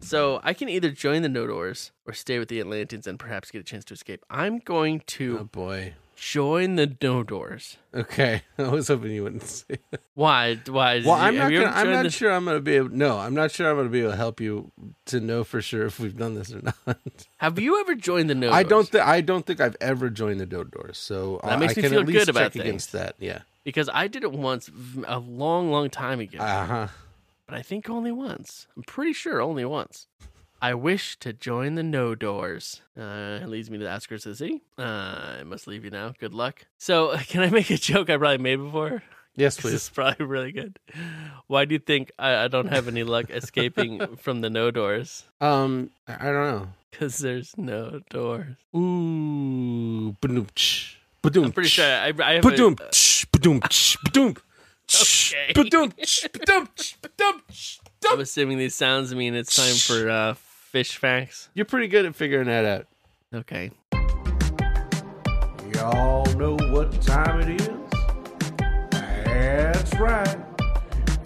S2: So I can either join the Nodors or stay with the Atlanteans and perhaps get a chance to escape. I'm going
S3: Oh,
S2: to
S3: boy.
S2: join the Nodors. [LAUGHS]
S3: Okay. I was hoping you wouldn't say that.
S2: Why? Why?
S3: Well,
S2: have
S3: I'm not.
S2: you ever
S3: Gonna, I'm
S2: joined
S3: not
S2: the-
S3: sure I'm going to be. Able, no, I'm not sure I'm going to be able to help you to know for sure if we've done this or [LAUGHS] not.
S2: Have you ever joined the Nodors?
S3: I don't. Th- I don't think I've ever joined the Dodors, so
S2: That
S3: I-
S2: makes
S3: I
S2: me
S3: can
S2: feel
S3: at least
S2: good about
S3: check against that. Yeah.
S2: because I did it once v- a long, long time ago,
S3: Uh huh.
S2: but I think only once. I'm pretty sure only once. I wish to join the No Doors. Uh, it leads me to the outskirts of the city. Uh, I must leave you now. Good luck. So, [LAUGHS] can I make a joke I probably made before? [LAUGHS]
S3: Yes,
S2: This
S3: please.
S2: is probably really good. Why do you think I, I don't have any
S3: [LAUGHS]
S2: luck escaping from the no doors?
S3: Um, I I don't
S2: Because there's no doors.
S3: know. Ooh, ba-doom-tsh, ba-doom-tsh,
S2: I'm pretty sure I, I have. A, uh,
S3: Ba-doom-tsh, ba-doom-tsh, ba-doom-tsh,
S2: Okay. [LAUGHS]
S3: ba-doom-tsh, ba-doom-tsh, ba-doom-tsh,
S2: I'm
S3: ba-doom.
S2: assuming these sounds mean it's time for uh, fish facts.
S3: You're pretty good at figuring that out.
S2: Okay.
S3: Y'all know what time it is? That's right.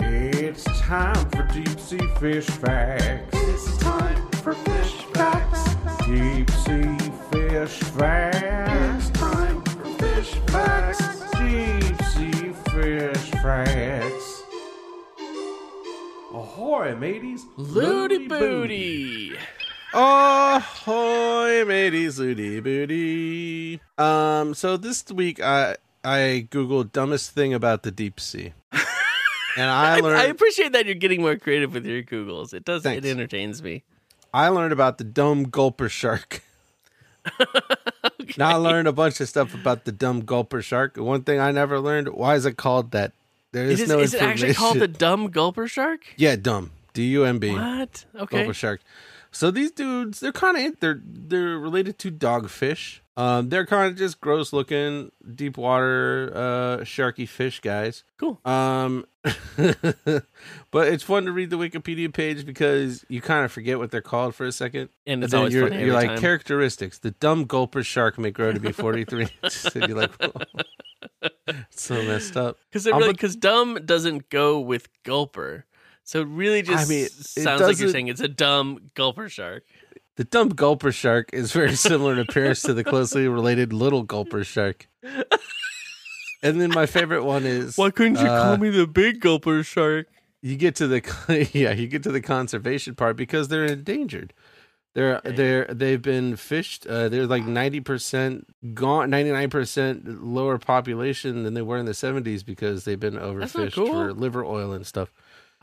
S3: It's time for deep sea fish facts. It's time for fish facts. Deep sea fish facts. It's time for fish facts. Deep sea fish facts. Ahoy! Ahoy, mateys!
S2: Looty booty.
S3: Ahoy, mateys! Looty booty. Um, so this week I I googled dumbest thing about the deep
S2: [LAUGHS]
S3: sea, and I learned
S2: I appreciate that you're getting more creative with your Googles. It does.
S3: Thanks.
S2: It entertains me.
S3: I learned about the dumb gulper shark. Now I learned a bunch of stuff about the dumb gulper shark. One thing I never learned: why is it called that? There is,
S2: Is, it-
S3: no
S2: is it
S3: information.
S2: actually called the dumb gulper shark?
S3: yeah dumb D U M B
S2: What? Okay.
S3: gulper shark. So these dudes, they're kind of they're they're related to dogfish. Um, they're kind of just gross looking deep water uh sharky fish guys.
S2: Cool.
S3: Um, [LAUGHS] but it's fun to read the Wikipedia page because you kind of forget what they're called for a second.
S2: And it's
S3: then
S2: always
S3: you're,
S2: funny
S3: you're
S2: every
S3: like
S2: time.
S3: characteristics. The dumb gulper shark may grow to be 43 inches. [LAUGHS] And you're like, [LAUGHS] so messed up.
S2: Because it
S3: I'm
S2: really
S3: a-
S2: because dumb doesn't go with gulper, so it really just
S3: mean, it
S2: sounds like you're
S3: doesn't-
S2: saying it's a dumb gulper shark.
S3: The dumb gulper shark is very similar in appearance to the closely related little gulper shark. And then my favorite one is
S2: couldn't
S3: you call Uh,
S2: me the big gulper shark?
S3: you get to the [LAUGHS] yeah you get to the conservation part because they're endangered they're they're they've been fished uh, they're like 90% gone 99% lower population than they were in the 70s because they've been
S2: not
S3: overfished
S2: cool.
S3: for liver oil and stuff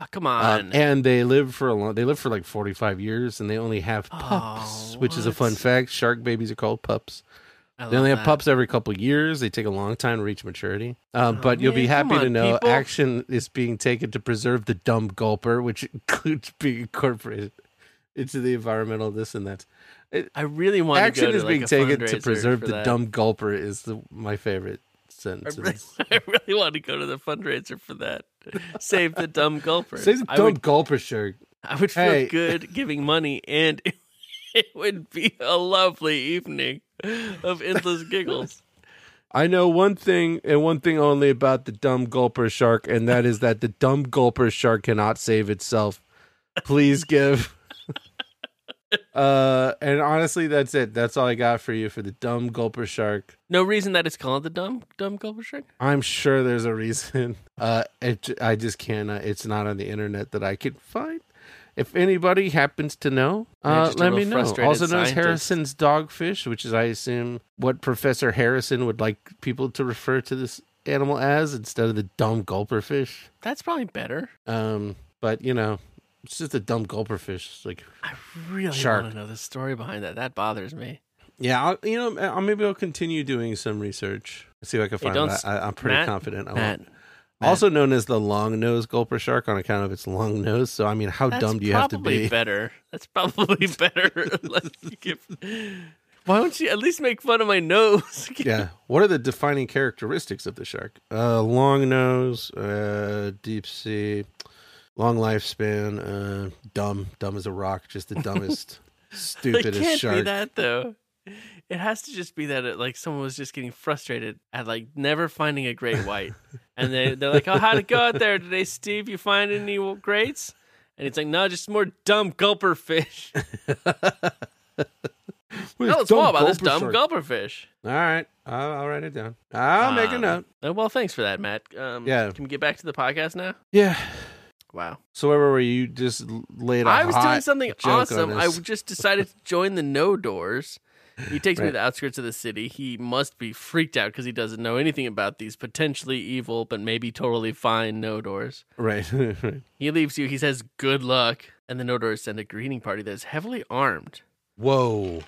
S2: Oh, come
S3: um,
S2: on,
S3: and they live for a long they live for like 45 years and they only have pups
S2: Oh,
S3: which is a
S2: what?
S3: fun fact shark babies are called pups
S2: I
S3: they only
S2: love
S3: have
S2: that.
S3: pups every couple years. They take a long time to reach maturity. Um,
S2: Oh,
S3: but you'll be
S2: man,
S3: happy
S2: come
S3: to
S2: on,
S3: know
S2: people.
S3: action is being taken to preserve the dumb gulper, which [LAUGHS] includes being incorporated into the environmental this and that.
S2: I really want to
S3: action
S2: go to
S3: is
S2: like
S3: being
S2: a
S3: taken to
S2: fundraiser
S3: preserve
S2: for
S3: the
S2: that.
S3: dumb gulper is the, my favorite sentence.
S2: [LAUGHS] I really, [LAUGHS] I really want to go to the fundraiser for that. [LAUGHS] Save the dumb gulper.
S3: Say the
S2: I
S3: dumb
S2: would,
S3: gulper shark.
S2: I would feel
S3: Hey.
S2: good giving money, and [LAUGHS] it, would be a lovely evening of endless giggles.
S3: I know one thing and one thing only about the dumb gulper shark, and that is that the dumb gulper shark cannot save itself. Please give. uh, and honestly, that's it. That's all I got for you for the dumb gulper shark.
S2: No reason that it's called the dumb dumb gulper shark.
S3: I'm sure there's a reason. [LAUGHS] Uh, it, I just cannot. It's not on the internet that I can find. If anybody happens to know,
S2: Yeah,
S3: uh,
S2: just a
S3: let me
S2: real
S3: know. Also
S2: frustrated
S3: known as
S2: scientist.
S3: Harrison's dogfish, which is, I assume, what Professor Harrison would like people to refer to this animal as instead of the dumb gulper fish.
S2: That's probably better.
S3: Um, but you know, it's just a dumb gulper fish. It's like,
S2: I really
S3: Shark.
S2: want to know the story behind that. That bothers me.
S3: yeah, I'll, you know, I'll, maybe I'll continue doing some research. See if I can find.
S2: don't
S3: that.
S2: s-
S3: I, I'm pretty
S2: Matt,
S3: confident. I won't.
S2: Matt,
S3: Also known as the long nosed gulper shark on account of its long nose. So, I mean, how
S2: that's
S3: dumb do you have to
S2: probably
S3: be?
S2: Better. That's
S3: [LAUGHS]
S2: probably better. [LAUGHS] Let's give- Why don't you at least make fun of my nose? [LAUGHS]
S3: Yeah. What are the defining characteristics of the shark? Uh, long nose, uh, deep sea, long lifespan, uh, dumb, dumb as a rock, just
S2: [LAUGHS]
S3: the dumbest,
S2: it
S3: stupidest
S2: can't
S3: shark.
S2: be that though. It has to just be that it, like someone was just getting frustrated at like never finding a great white, and they they're like, "Oh, how'd it go out there today, Steve? You find any greats?" And it's like, "No, just more dumb gulper
S3: [LAUGHS]
S2: fish." [LAUGHS]
S3: What is
S2: Tell us more about this
S3: gulper
S2: dumb
S3: shark?
S2: gulper fish.
S3: All right. I'll, I'll write it down. I'll make a
S2: Um,
S3: note.
S2: uh, Well, thanks for that, Matt. Um,
S3: Yeah.
S2: Can we get back to the podcast now?
S3: Yeah.
S2: Wow.
S3: So, where were you? Just laid off.
S2: I was doing something
S3: joke on
S2: awesome. I
S3: us.
S2: just decided to join the No Doors. He takes me
S3: Right.
S2: to the outskirts of the city. He must be freaked out because he doesn't know anything about these potentially evil, but maybe totally fine No Doors.
S3: [LAUGHS] Right. [LAUGHS] right.
S2: He leaves you. He says, Good luck. And the No Doors send a greeting party that is heavily armed.
S3: Whoa.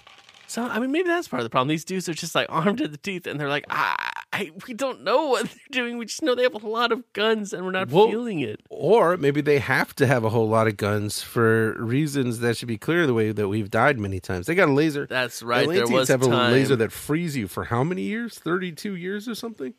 S2: So, I mean, maybe that's part of the problem. These dudes are just like armed to the teeth and they're like, ah, I, We don't know what they're doing. We just know they have a lot of guns and we're not
S3: Well-
S2: feeling it.
S3: Or maybe they have to have a whole lot of guns for reasons that should be clear the way that we've died many times. They got a laser.
S2: That's right.
S3: The
S2: There
S3: Atlanteans
S2: was
S3: have a
S2: time.
S3: laser that frees you for how many years? 32 years or something?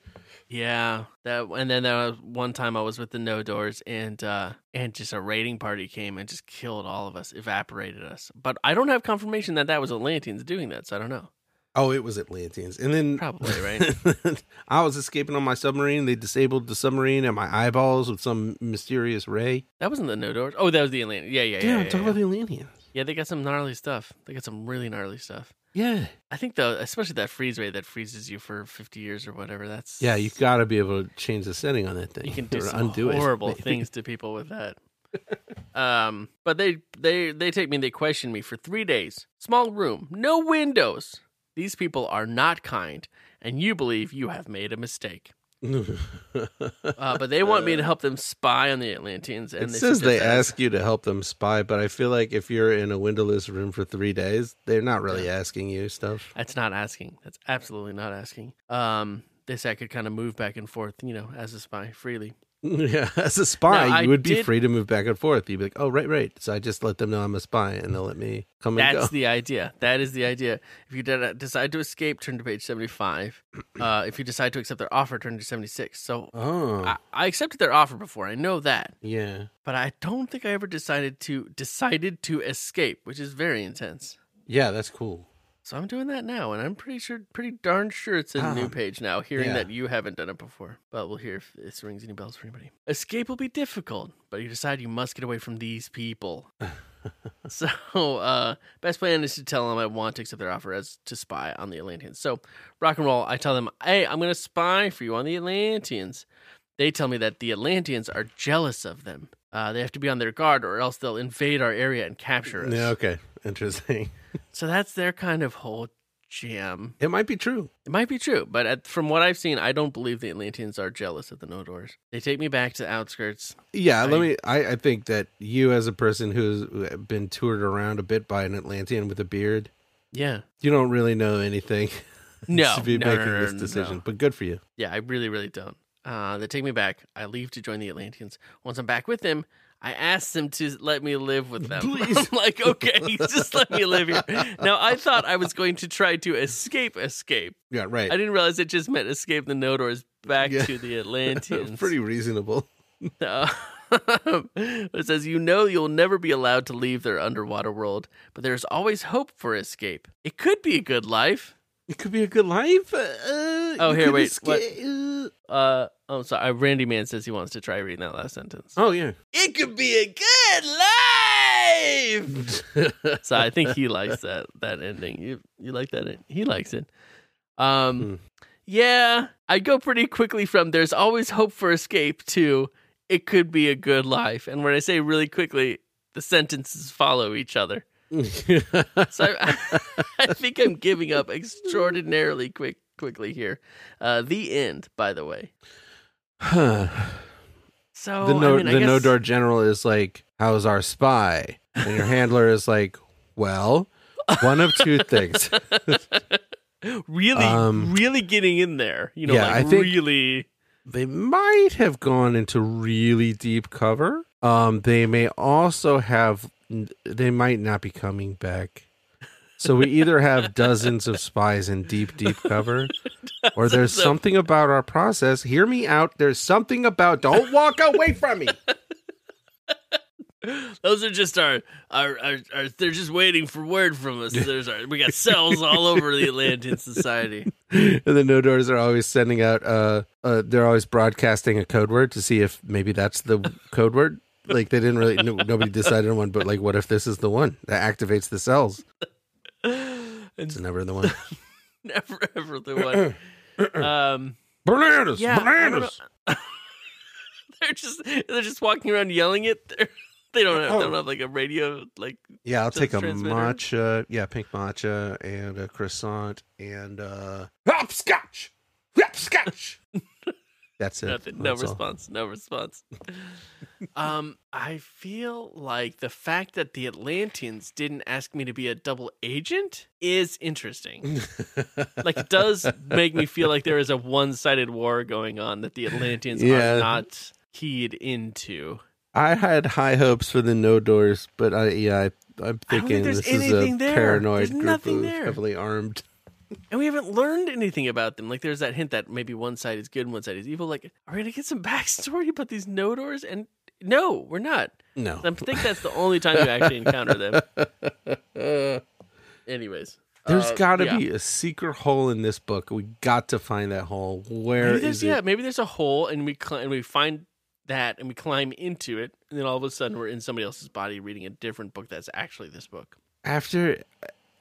S2: Yeah, that and then there was one time I was with the No Doors and uh and just a raiding party came and just killed all of us, evaporated us. But I don't have confirmation that that was Atlanteans doing that, so I don't know.
S3: Oh, it was Atlanteans. And then
S2: Probably, right?
S3: [LAUGHS] I was escaping on my submarine. They disabled the submarine and my eyeballs with some mysterious ray.
S2: that wasn't the No Doors. Oh, that was the Atlanteans. Yeah, yeah,
S3: Damn,
S2: yeah. Yeah,
S3: talk
S2: yeah.
S3: about the Atlanteans.
S2: Yeah, they got some gnarly stuff. They got some really gnarly stuff.
S3: Yeah.
S2: I think though, especially that freeze ray that freezes you for fifty years or whatever. That's
S3: Yeah, you got [LAUGHS] to be able to change the setting on that thing.
S2: you can do
S3: or [LAUGHS]
S2: some
S3: undo
S2: horrible
S3: it.
S2: things to people with that. Um, but they they they take me. and They question me for three days. Small room, no windows. These people are not kind, and you believe you have made a mistake.
S3: [LAUGHS]
S2: Uh, but they want me to help them spy on the Atlanteans. And
S3: it
S2: they
S3: says they
S2: suggest that-
S3: ask you to help them spy, but I feel like if you're in a windowless room for three days, they're not really asking you stuff. [LAUGHS]
S2: That's not asking. That's absolutely not asking. Um, they said I could kind of move back and forth, you know, as a spy freely.
S3: yeah, [LAUGHS] as a spy,
S2: No, I
S3: you would be
S2: did-
S3: free to move back and forth. You'd be like, "Oh, right, right." So I just let them know I'm a spy, and they'll let me come and
S2: That's
S3: go.
S2: the idea. That is the idea. If you de- decide to escape, turn to page 75. Uh, if you decide to accept their offer, turn to 76. So
S3: [LAUGHS] oh,
S2: I, I accepted their offer before. I know that.
S3: yeah,
S2: But I don't think I ever decided to decided to escape, which is very intense.
S3: yeah, that's cool.
S2: So I'm doing that now, and I'm pretty sure, pretty darn sure it's in a new
S3: Um,
S2: page now, hearing
S3: yeah.
S2: that you haven't done it before. But we'll hear if this rings any bells for anybody. Escape will be difficult, but you decide you must get away from these
S3: [LAUGHS]
S2: people. so, uh, best plan is to tell them I want to accept their offer as to spy on the Atlanteans. So, rock and roll, I tell them, hey, I'm going to spy for you on the Atlanteans. They tell me that the Atlanteans are jealous of them. Uh, they have to be on their guard, or else they'll invade our area and capture us.
S3: Yeah, okay, [LAUGHS] interesting.
S2: So that's their kind of whole jam.
S3: It might be true.
S2: It might be true, but at, from what I've seen, I don't believe the Atlanteans are jealous of the Nodors. They take me back to the outskirts.
S3: Yeah,
S2: I-
S3: let me. I, I think that you, as a person who's uh, been toured around a bit by an Atlantean with a beard,
S2: Yeah.
S3: you don't really know anything.
S2: [LAUGHS]
S3: [LAUGHS]
S2: No.
S3: to be
S2: no, no,
S3: making
S2: no,
S3: this
S2: no,
S3: decision,
S2: no.
S3: but good for you.
S2: Yeah, I really, really don't. Uh, they take me back. I leave to join the Atlanteans. Once I'm back with them, I ask them to let me live with them. [LAUGHS]
S3: Please.
S2: I'm like, okay, [LAUGHS] just let me live here. Now, I thought I was going to try to escape, escape.
S3: Yeah, right.
S2: I didn't realize it just meant escape the Nodors back
S3: Yeah.
S2: to
S3: [LAUGHS]
S2: the Atlanteans.
S3: Pretty reasonable. [LAUGHS]
S2: [LAUGHS] Uh, it says, You know you'll never be allowed to leave their underwater world, but there's always hope for escape. It could be a good life.
S3: It could be a good life. Uh,
S2: Oh,
S3: you
S2: here,
S3: could
S2: wait,
S3: esca- uh,
S2: Uh, oh, sorry. Randy Man says he wants to try reading that last sentence.
S3: oh, [LAUGHS] yeah.
S2: It could be a good life. so I think he likes that that ending. You you like that? en- He likes it. Um,
S3: Hmm.
S2: yeah, I go pretty quickly from "There's always hope for escape" to "It could be a good life." And when I say really quickly, the sentences follow each other. So [LAUGHS] I, I think I'm giving up extraordinarily quick quickly here. Uh, the end, by the way. So
S3: the no,
S2: Oh, I mean, I
S3: the
S2: guess,
S3: no door general is like, "How's our spy?" And your handler is like, "Well, one of
S2: [LAUGHS]
S3: two things."
S2: really,
S3: Um,
S2: really getting in there. You know,
S3: yeah,
S2: like
S3: I think-
S2: really.
S3: they might have gone into really deep cover. Um, they may also have. They might not be coming back. So we either have dozens of spies in deep, deep cover, or there's something about our process. Hear me out. There's something about. Don't walk away from me.
S2: Those are just our, our, our, our they're just waiting for word from us. There's our, we got cells
S3: [LAUGHS]
S2: all over the Atlantean society.
S3: and the no doors are always sending out. Uh, uh, they're always broadcasting a code word to see if maybe that's the code word. Like they didn't really. No, nobody decided on one, but like, what if this is the one that activates the cells? It's [LAUGHS]
S2: It's
S3: never the one.
S2: never ever the one. Um, [LAUGHS]
S3: Bananas,
S2: yeah, I don't know. they're just they're just walking around yelling it. They're, they don't have, they
S3: Oh.
S2: don't have like a radio like
S3: Yeah, I'll
S2: Just
S3: take a
S2: transmitter.
S3: matcha. Yeah, pink matcha and a croissant and uh hopscotch, hopscotch. [LAUGHS] That's it.
S2: nothing. No
S3: That's all.
S2: response. No response. um, I feel like the fact that the Atlanteans didn't ask me to be a double agent is interesting. like it does make me feel like there is a one-sided war going on that the Atlanteans
S3: Yeah.
S2: are not keyed into.
S3: I had high hopes for the no doors, but I yeah, I, I'm
S2: I don't think
S3: thinking
S2: there's
S3: this is a
S2: anything there.
S3: paranoid
S2: There's
S3: group
S2: nothing
S3: of
S2: there.
S3: heavily armed.
S2: And we haven't learned anything about them. Like there's that hint that maybe one side is good and one side is evil. Like, are we gonna get some backstory about these Nodors? And no, we're not.
S3: No,
S2: I think that's the only time you actually encounter them. Anyways.
S3: there's
S2: uh,
S3: got to
S2: yeah.
S3: be a secret hole in this book. We got to find that hole. Where
S2: Maybe
S3: is
S2: there's,
S3: it?
S2: yeah, maybe there's a hole and we cl- and we find that and we climb into it and then all of a sudden we're in somebody else's body reading a different book that's actually this book.
S3: after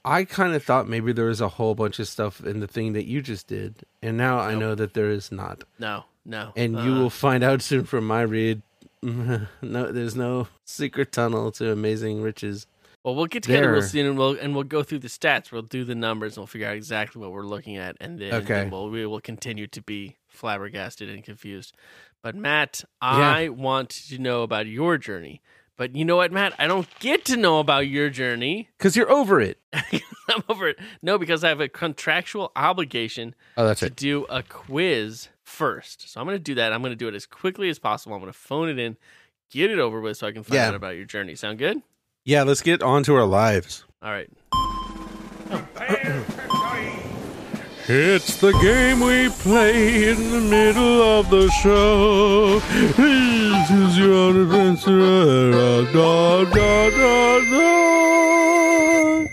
S3: I kind of thought maybe there was a whole bunch of stuff in the thing that you just did, and now I know that there is not.
S2: No, no.
S3: And
S2: uh,
S3: you will find out soon from my read [LAUGHS] no, there's no secret tunnel to amazing riches.
S2: Well, we'll get together. We'll
S3: There.
S2: see, and we'll and we'll go through the stats. We'll do the numbers, and we'll figure out exactly what we're looking at, and then,
S3: Okay.
S2: then we'll, we will continue to be flabbergasted and confused. But Matt, I want to know about your journey. But you know what, Matt? I don't get to know about your journey. [LAUGHS]
S3: Because you're over it.
S2: I'm over it. No, because I have a contractual obligation
S3: Oh, that's
S2: to do a quiz first. So I'm going to do that. I'm going to do it as quickly as possible. I'm going to phone it in, get it over with, so I can find
S3: Yeah.
S2: out about your journey. Sound good?
S3: Yeah, let's get on to our lives.
S2: All right.
S1: It's the game we play in the middle of the show. This is your adventure. Da, da, da, da.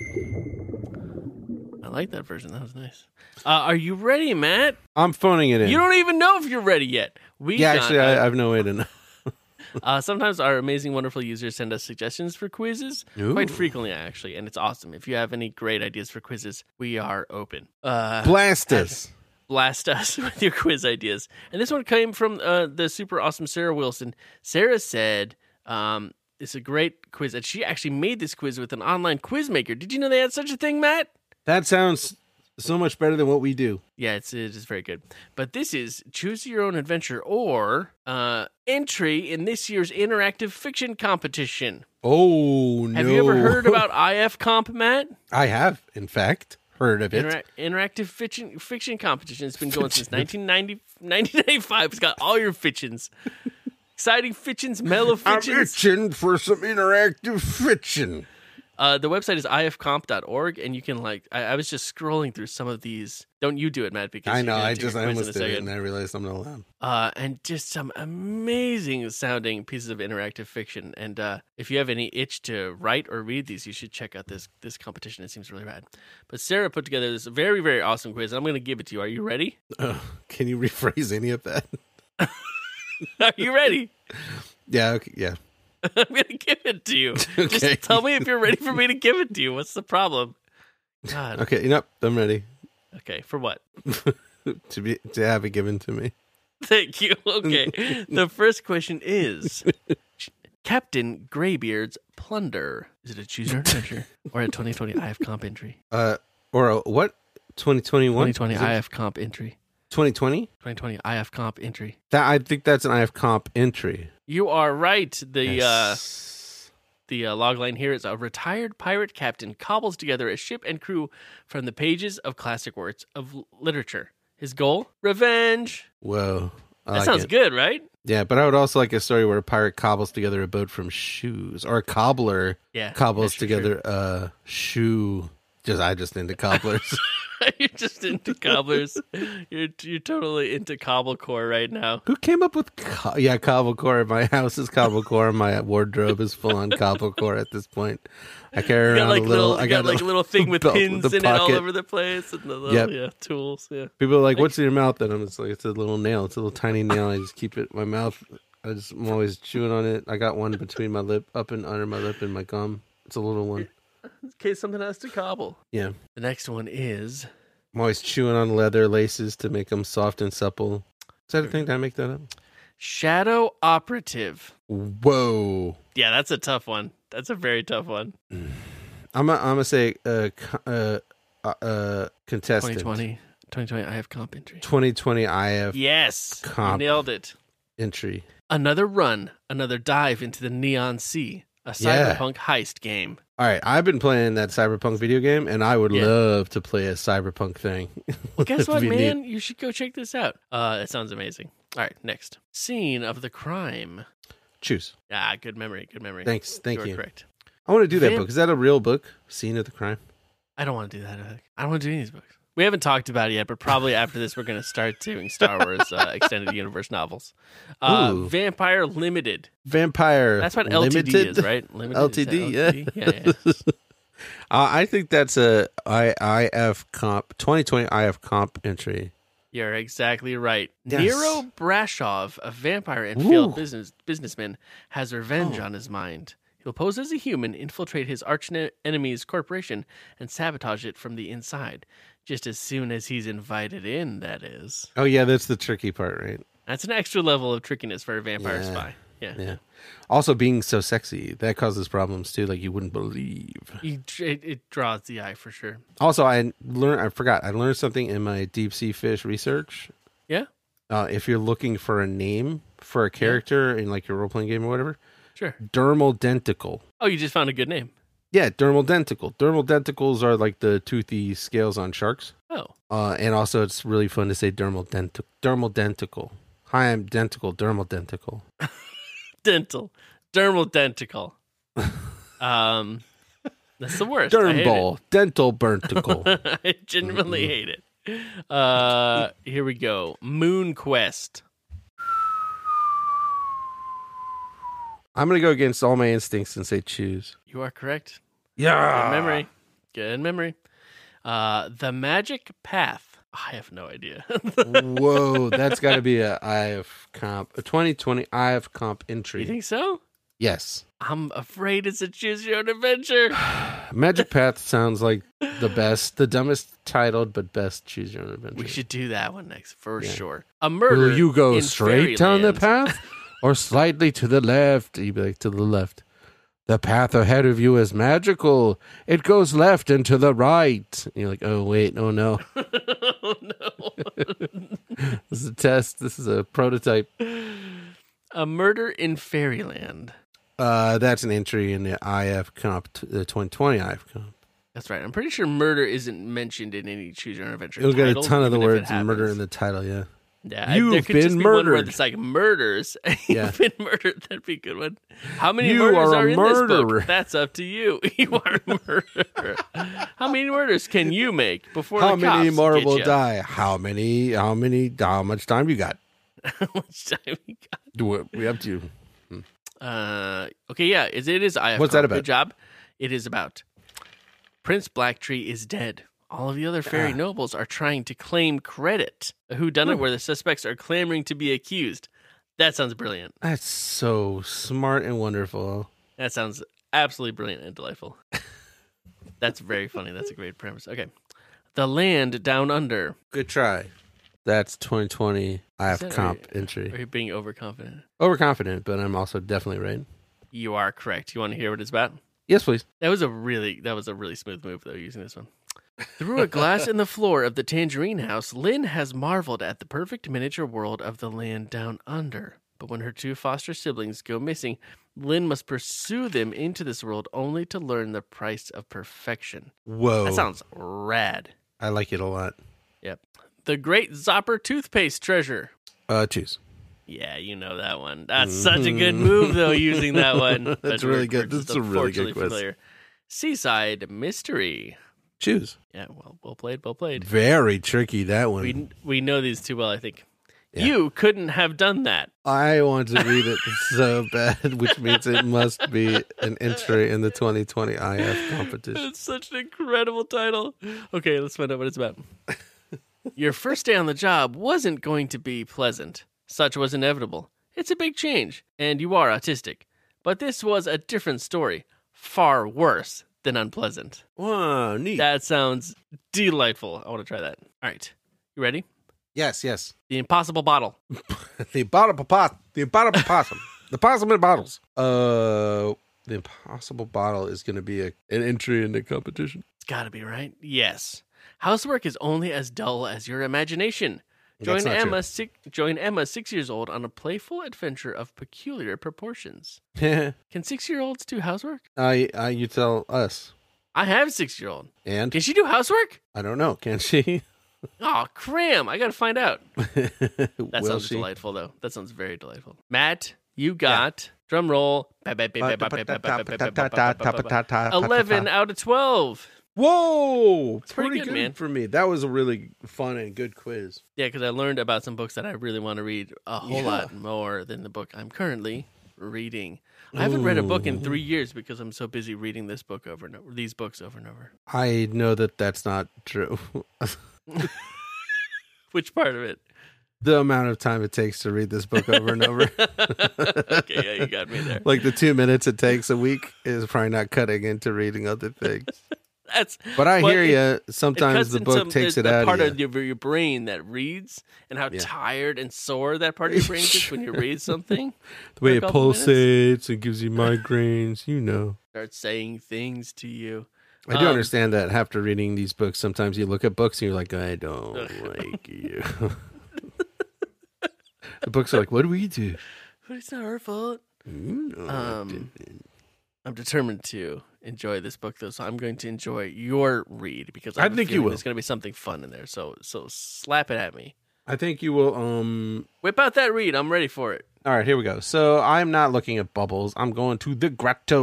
S2: I like that version. That was nice. Uh, are you ready, Matt?
S3: I'm phoning it in.
S2: You don't even know if you're ready yet. We
S3: yeah,
S2: got-
S3: actually, I, I have no way to [LAUGHS] know.
S2: uh, sometimes our amazing, wonderful users send us suggestions for quizzes
S3: Ooh.
S2: quite frequently, actually, and it's awesome. If you have any great ideas for quizzes, we are open. Uh,
S3: Blast us.
S2: blast [LAUGHS] us with your quiz ideas. And this one came from uh, the super awesome Sarah Wilson. Sarah said, um, "It's a great quiz," and she actually made this quiz with an online quiz maker. Did you know they had such a thing, Matt?
S3: That sounds so much better than what we do.
S2: Yeah, it's it is very good. But this is choose your own adventure or uh, entry in this year's interactive fiction competition.
S3: Oh, no.
S2: Have you ever heard
S3: [LAUGHS]
S2: about IF Comp, Matt?
S3: I have, in fact, heard of it.
S2: Intera- interactive fiction fiction competition. It's been going since 1990, 1995. It's got all your fictions. Exciting fictions, mellow
S3: I'm
S2: fictions.
S3: itching for some interactive fiction.
S2: Uh, the website is ifcomp.org, and you can like. I, I was just scrolling through some of these. Don't you do it, Matt? Because
S3: I
S2: you're
S3: know.
S2: gonna
S3: I
S2: take your
S3: just
S2: quiz in
S3: I
S2: a
S3: almost did it,
S2: second.
S3: and I realized I'm not allowed. [LAUGHS]
S2: uh, and just some amazing sounding pieces of interactive fiction. And uh, if you have any itch to write or read these, you should check out this this competition. It seems really rad. But Sarah put together this very very awesome quiz. I'm going to give it to you. Are you ready? [LAUGHS]
S3: Ugh, can you rephrase any of that? [LAUGHS]
S2: Are you ready? [LAUGHS]
S3: Yeah. Okay, yeah.
S2: I'm going to give it to you.
S3: [LAUGHS] Okay.
S2: Just tell me if you're ready for me to give it to you. What's the problem? God.
S3: Okay. Nope. I'm ready
S2: Okay. For what? [LAUGHS]
S3: to be to have it given to me.
S2: Thank you. Okay. the first question
S3: [LAUGHS]
S2: is Captain Greybeard's Plunder. Is it a choose your own adventure or a 2020 IF comp entry?
S3: Uh, or a, what? 2021.
S2: 2020
S3: Is it
S2: IF comp entry.
S3: 2020.
S2: 2020 IF comp entry.
S3: That I think that's an IF comp entry.
S2: You are right. The uh,
S3: Yes.
S2: the uh, log line here is a retired pirate captain cobbles together a ship and crew from the pages of classic works of l- literature. His goal? Revenge.
S3: Whoa. I
S2: That
S3: like
S2: sounds
S3: it.
S2: good, right? [LAUGHS]
S3: Yeah, but I would also like a story where a pirate cobbles together a boat from shoes, or a cobbler
S2: Yeah. that's
S3: cobbles
S2: for sure.
S3: together a shoe. Just I just into
S2: [LAUGHS]
S3: cobblers.
S2: you're just into cobblers. you're you're totally into cobblecore right now.
S3: Who came up with co- yeah cobblecore? My house is cobblecore. My wardrobe is full on cobblecore at this point. I carry
S2: You got
S3: around
S2: like
S3: a little.
S2: little,
S3: I
S2: you got,
S3: got,
S2: like a little thing with
S3: belt with
S2: pins
S3: the
S2: in it all
S3: pocket.
S2: over the place and the little
S3: Yep.
S2: yeah tools. Yeah.
S3: [LAUGHS] people are like, "What's in your mouth?" And I'm just like, "It's a little nail. It's a little tiny nail. I just keep it in my mouth. I just I'm always chewing on it. I got one between my lip, up and under my lip, and my gum. It's a little one.
S2: In case something has to cobble.
S3: Yeah,
S2: The next one is
S3: I'm always chewing on leather laces to make them soft and supple. Is that a thing? Did I make that up?
S2: shadow operative.
S3: Whoa.
S2: Yeah, that's a tough one. That's a very tough one.
S3: I'm gonna I'm gonna say uh, co- uh, uh, uh, contestant
S2: 2020. 2020 I have comp entry.
S3: 2020 IF
S2: Yes. you
S3: Comp.
S2: Nailed it.
S3: entry.
S2: Another run, another dive into the neon sea, a
S3: Yeah.
S2: cyberpunk heist
S3: [LAUGHS]
S2: game.
S3: All right, I've been playing that cyberpunk video game, and I would
S2: Yeah.
S3: love to play a cyberpunk thing. [LAUGHS]
S2: Well, guess what,
S3: It'd be neat.
S2: man? You should go check this out. Uh, it sounds amazing. All right, next scene of the crime.
S3: Choose.
S2: Ah, good memory. Good memory.
S3: Thanks, thank
S2: are
S3: you.
S2: Correct.
S3: I want to do that
S2: Vamp-
S3: book. Is that a real book? Scene of the crime.
S2: I don't want to do that. I think. I don't want to do any of these books. We haven't talked about it yet, but probably after this, we're going to start doing Star Wars [LAUGHS] uh, extended universe novels. Uh,
S3: Ooh.
S2: Vampire Limited.
S3: Vampire.
S2: That's what LTD
S3: Limited?
S2: is, right? Limited. is that
S3: LTD, yeah.
S2: yeah, yeah. [LAUGHS]
S3: Uh, I think that's a I- IF comp 2020 IF comp entry.
S2: You're exactly right.
S3: Yes.
S2: Nero Brashov, a vampire and failed
S3: Ooh.
S2: business businessman, has revenge on his mind. He'll pose as a human, infiltrate his arch ne- enemy's corporation, and sabotage it from the inside. Just as soon as he's invited in, that is.
S3: Oh yeah, that's the tricky part, right?
S2: That's an extra level of trickiness for a vampire
S3: Yeah.
S2: spy. Yeah.
S3: Yeah. Also, being so sexy that causes problems too, like you wouldn't believe.
S2: You, it, it draws the eye for sure.
S3: Also, I learned, I forgot, I learned something in my deep sea fish research.
S2: Yeah.
S3: Uh, if you're looking for a name for a character in like your role playing game or whatever,
S2: Sure.
S3: dermal denticle.
S2: Oh, you just found a good name.
S3: Yeah, dermal denticle. Dermal denticles are like the toothy scales on sharks.
S2: Oh,
S3: Uh, and also, it's really fun to say dermal denticle. Dermal denticle. Hi, I'm denticle. Dermal denticle.
S2: dental, dermal
S3: [LAUGHS]
S2: denticle. um, that's the worst. I hate it.
S3: Dermal. Dental burnticle.
S2: [LAUGHS] I genuinely
S3: Mm-hmm.
S2: hate it. Uh, here we go. Moon Quest.
S3: I'm going to go against all my instincts and say choose.
S2: You are correct. Good
S3: Yeah.
S2: memory. Good memory. Uh, the Magic Path. I have no idea. [LAUGHS]
S3: Whoa, that's got to be a IF comp, a 2020 IF comp entry.
S2: you think so?
S3: yes.
S2: I'm afraid it's a choose your own adventure.
S3: Magic Path sounds like the best, the dumbest titled, but best choose your own adventure.
S2: We should do that one next for
S3: Yeah.
S2: sure. A murder.
S3: Will you go
S2: in
S3: straight down the
S2: fairyland. [LAUGHS]
S3: path or slightly to the left? You'd be like, to the left. The path ahead of you is magical. It goes left and to the right. And you're like, oh, wait, oh no.
S2: [LAUGHS] oh no.
S3: [LAUGHS] This is a test. This is a prototype.
S2: A murder in fairyland.
S3: Uh, that's an entry in the IF comp, t- the 2020 IF comp.
S2: That's right. I'm pretty sure murder isn't mentioned in any choose your own adventure.
S3: It'll get a
S2: titles,
S3: ton of the
S2: even if it
S3: words murder
S2: happens.
S3: in the title, yeah.
S2: Yeah, I-
S3: You've
S2: there could just
S3: been
S2: be one where
S3: murdered.
S2: it's like murders. [LAUGHS]
S3: Yeah.
S2: You've been murdered. That'd be a good one. How many
S3: You
S2: murders
S3: are a
S2: are, in this
S3: murderer.
S2: book? That's up to you. [LAUGHS] You are a murderer. How many murders can you make before the
S3: How many
S2: cops
S3: more
S2: get
S3: will
S2: you? [LAUGHS]
S3: die? How many? How many? How much time you got?
S2: How much time you got?
S3: Do what we up to?
S2: Uh, okay, yeah, it, it is. I
S3: What's that
S2: Good
S3: about?
S2: job. It is about Prince Blacktree is dead. All of the other
S3: Ah.
S2: fairy nobles are trying to claim credit. Who done it?
S3: Hmm.
S2: Where the suspects are clamoring to be accused. That sounds brilliant.
S3: That's so smart and wonderful.
S2: That sounds absolutely brilliant and delightful. [LAUGHS] That's very funny. That's a great premise. Okay. The Land Down Under.
S3: Good try. That's 2020 IF
S2: that
S3: comp
S2: right? Are
S3: entry.
S2: you being overconfident?
S3: Overconfident, but I'm also definitely right.
S2: You are correct. You want to hear what it's about?
S3: Yes, please.
S2: That was a really that was a really smooth move though using this one. Through a glass in the floor of the Tangerine House, Lynn has marveled at the perfect miniature world of the land down under. But when her two foster siblings go missing, Lynn must pursue them into this world only to learn the price of perfection.
S3: Whoa.
S2: That sounds rad.
S3: I like it a lot.
S2: Yep. The Great Zopper Toothpaste Treasure.
S3: Uh, choose.
S2: Yeah, you know that one. That's such a good move, though, using that one.
S3: Mm-hmm. [LAUGHS]
S2: But
S3: That's really
S2: we're-
S3: good.
S2: we're just
S3: That's a really good
S2: unfortunately
S3: quiz.
S2: Seaside Mystery.
S3: Choose.
S2: Yeah, well, well played, well played.
S3: Mm-hmm. Very tricky, that one.
S2: We we know these too well, I think.
S3: Yeah.
S2: You couldn't have done that.
S3: I want to read it [LAUGHS] so bad, which means it must be an entry in the 2020 IF competition.
S2: It's such an incredible title. Okay, let's find out what it's about. Your first day on the job wasn't going to be pleasant. Such was inevitable. It's a big change, and you are autistic. But this was a different story, far worse than unpleasant.
S3: Wow, neat.
S2: That sounds delightful. I want to try that. All right, you ready?
S3: yes, yes.
S2: The impossible bottle.
S3: The bottle of pot. The bottle of possum. the possum in bottles. Uh, the impossible bottle is going to be a, an entry in the competition. [LAUGHS]
S2: It's got to be right. Yes. Housework is only as dull as your imagination.
S3: That's
S2: Join
S3: not true.
S2: Emma, six, join Emma, six years old, on a playful adventure of peculiar proportions. Can six-year-olds do housework?
S3: I, I, you tell us.
S2: I have a six-year-old.
S3: And
S2: Can she do housework?
S3: I don't know. Can she? [LAUGHS]
S2: Oh, cram! I gotta find out.
S3: that
S2: That sounds delightful, though. That sounds very delightful. Matt, you got drum roll. Eleven out of twelve.
S3: Whoa! It's
S2: pretty good, man.
S3: for me. That was a really fun and good quiz.
S2: Yeah, because I learned about some books that I really want to read a whole
S3: Yeah.
S2: lot more than the book I'm currently reading. I haven't read a book in three years because I'm so busy reading this book over and over, these books over and over.
S3: I know that that's not true. [LAUGHS]
S2: Which part of it?
S3: the amount of time it takes to read this book over and
S2: [LAUGHS]
S3: over,
S2: okay, yeah, you
S3: [LAUGHS]
S2: got me there.
S3: like the two minutes it takes a week, is probably not cutting into reading other things.
S2: That's
S3: But I
S2: But
S3: hear
S2: it-
S3: you.
S2: it
S3: Sometimes
S2: cuts
S3: the
S2: into
S3: book takes
S2: the,
S3: it
S2: the
S3: out
S2: part
S3: of you.
S2: of your, your brain that reads and how
S3: Yeah.
S2: tired and sore that part of your brain gets
S3: [LAUGHS]
S2: when you read something.
S1: The way
S2: For a
S1: it
S2: couple minutes.
S1: pulsates, it gives you migraines. You know.
S2: Starts saying things to you.
S3: I do
S2: Um,
S3: understand that after reading these books, sometimes you look at books and you're like,
S2: [LAUGHS]
S3: I don't like you. [LAUGHS] the books are like, what do we do?
S2: But it's not her fault.
S3: You know what
S2: Um,
S3: to do."
S2: I'm determined to enjoy this book though, so I'm going to enjoy your read because I,
S3: I
S2: have a
S3: think you
S2: feeling
S3: will.
S2: There's going to be something fun in there. So so slap it at me.
S3: I think you will. Um.
S2: Whip out that read. I'm ready for it. [LAUGHS]
S3: All right, here we go. So I'm not looking at bubbles. I'm going to the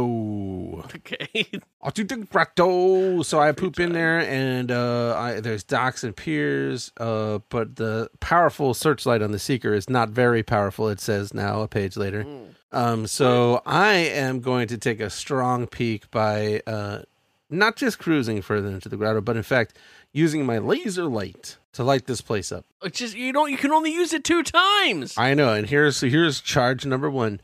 S3: grotto.
S2: Okay. [LAUGHS]
S3: I'll do the grotto. So I poop in there, and uh, I, there's docks and piers. Uh, but the powerful searchlight on the seeker is not very powerful. It says now a page later. Um, so I am going to take a strong peek by uh, not just cruising further into the grotto, but in fact using my laser light to light this place up.
S2: It's just you don't you can only use it two times.
S3: I know, and here's here's charge number one.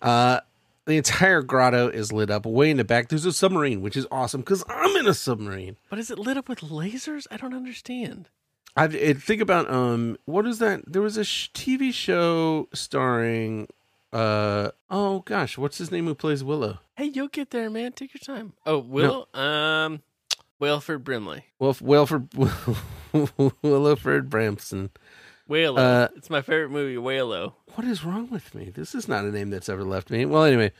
S3: Uh, the entire grotto is lit up. Way in the back, there's a submarine, which is awesome because I'm in a submarine.
S2: But is it lit up with lasers? I don't understand.
S3: I it, think about um, what is that? There was a sh- TV show starring, uh, oh gosh, what's his name who plays Willow?
S2: Hey, you'll get there, man. Take your time. Oh, Will? Um, Wilford Brimley.
S3: Wilf [LAUGHS] Wilford Willowford Brampson.
S2: Whalo.
S3: Uh,
S2: it's my favorite movie, Whalo.
S3: What is wrong with me? This is not a name that's ever left me. Well, anyway,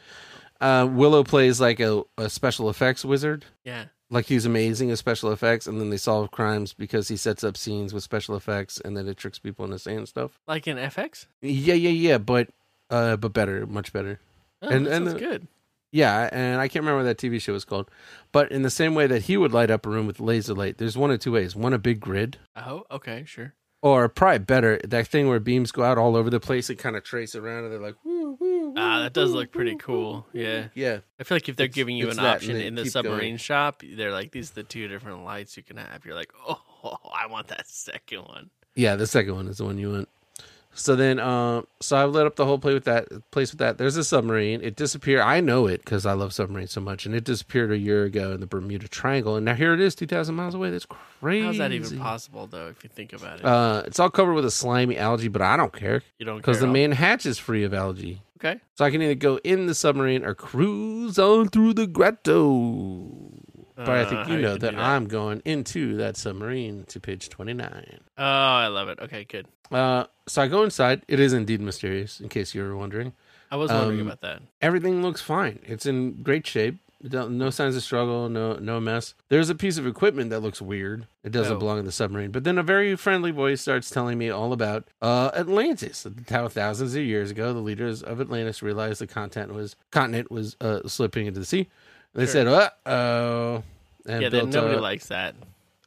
S3: uh, Willow plays like a, a special effects wizard.
S2: Yeah.
S3: like he's amazing at special effects and then they solve crimes because he sets up scenes with special effects and then it tricks people into saying stuff
S2: Like in FX?
S3: yeah yeah yeah but uh but better much better
S2: Oh,
S3: And-
S2: that
S3: and
S2: sounds
S3: the-
S2: good.
S3: yeah and i can't remember what that tv show was called but in the same way that he would light up a room with laser light there's one of two ways one a big grid
S2: Oh, okay, sure.
S3: or probably better that thing where beams go out all over the place and kind of trace around and they're like woo, woo,
S2: Ah,
S3: woo,
S2: that does
S3: woo,
S2: look pretty
S3: [LAUGHS] woo,
S2: cool.
S3: woo,
S2: Yeah.
S3: yeah
S2: I feel like if they're
S3: It's-
S2: giving you
S3: it's
S2: an
S3: that and
S2: option
S3: they
S2: in the
S3: keep
S2: submarine
S3: going.
S2: shop, they're like, these are the two different lights you can have. You're like, [LAUGHS] oh, I want that second one.
S3: Yeah, the second one is the one you want. So then, um, so I've lit up the whole play with that place with that. There's a submarine. It disappeared. I know it because I love submarines so much, and it disappeared a year ago in the Bermuda Triangle, and now here it is, two thousand miles away. That's crazy.
S2: How's that even possible, though, if you think about it?
S3: Uh, it's all covered with a slimy algae, but I don't care
S2: you don't care.
S3: because the
S2: at all.
S3: main hatch is free of algae.
S2: okay.
S3: So I can either go in the submarine or cruise on through the grotto. But I
S2: Uh,
S3: think
S2: how
S3: you know
S2: can
S3: that,
S2: do
S3: I'm going into that submarine to page twenty nine.
S2: Oh, I love it. Okay, good.
S3: Uh, so I go inside. It is indeed mysterious, in case you were wondering.
S2: I was wondering
S3: Um,
S2: about that. Everything
S3: Everything looks fine. It's in great shape. It don't- No signs of struggle. No, no mess. There's a piece of equipment that looks weird. It doesn't
S2: Oh.
S3: belong in the submarine. But then a very friendly voice starts telling me all about uh, Atlantis. How thousands of years ago, the leaders of Atlantis realized the content was continent was uh, slipping into the sea. They
S2: Sure.
S3: said, "Uh oh." and
S2: yeah, then
S3: built
S2: nobody
S3: a-
S2: likes that.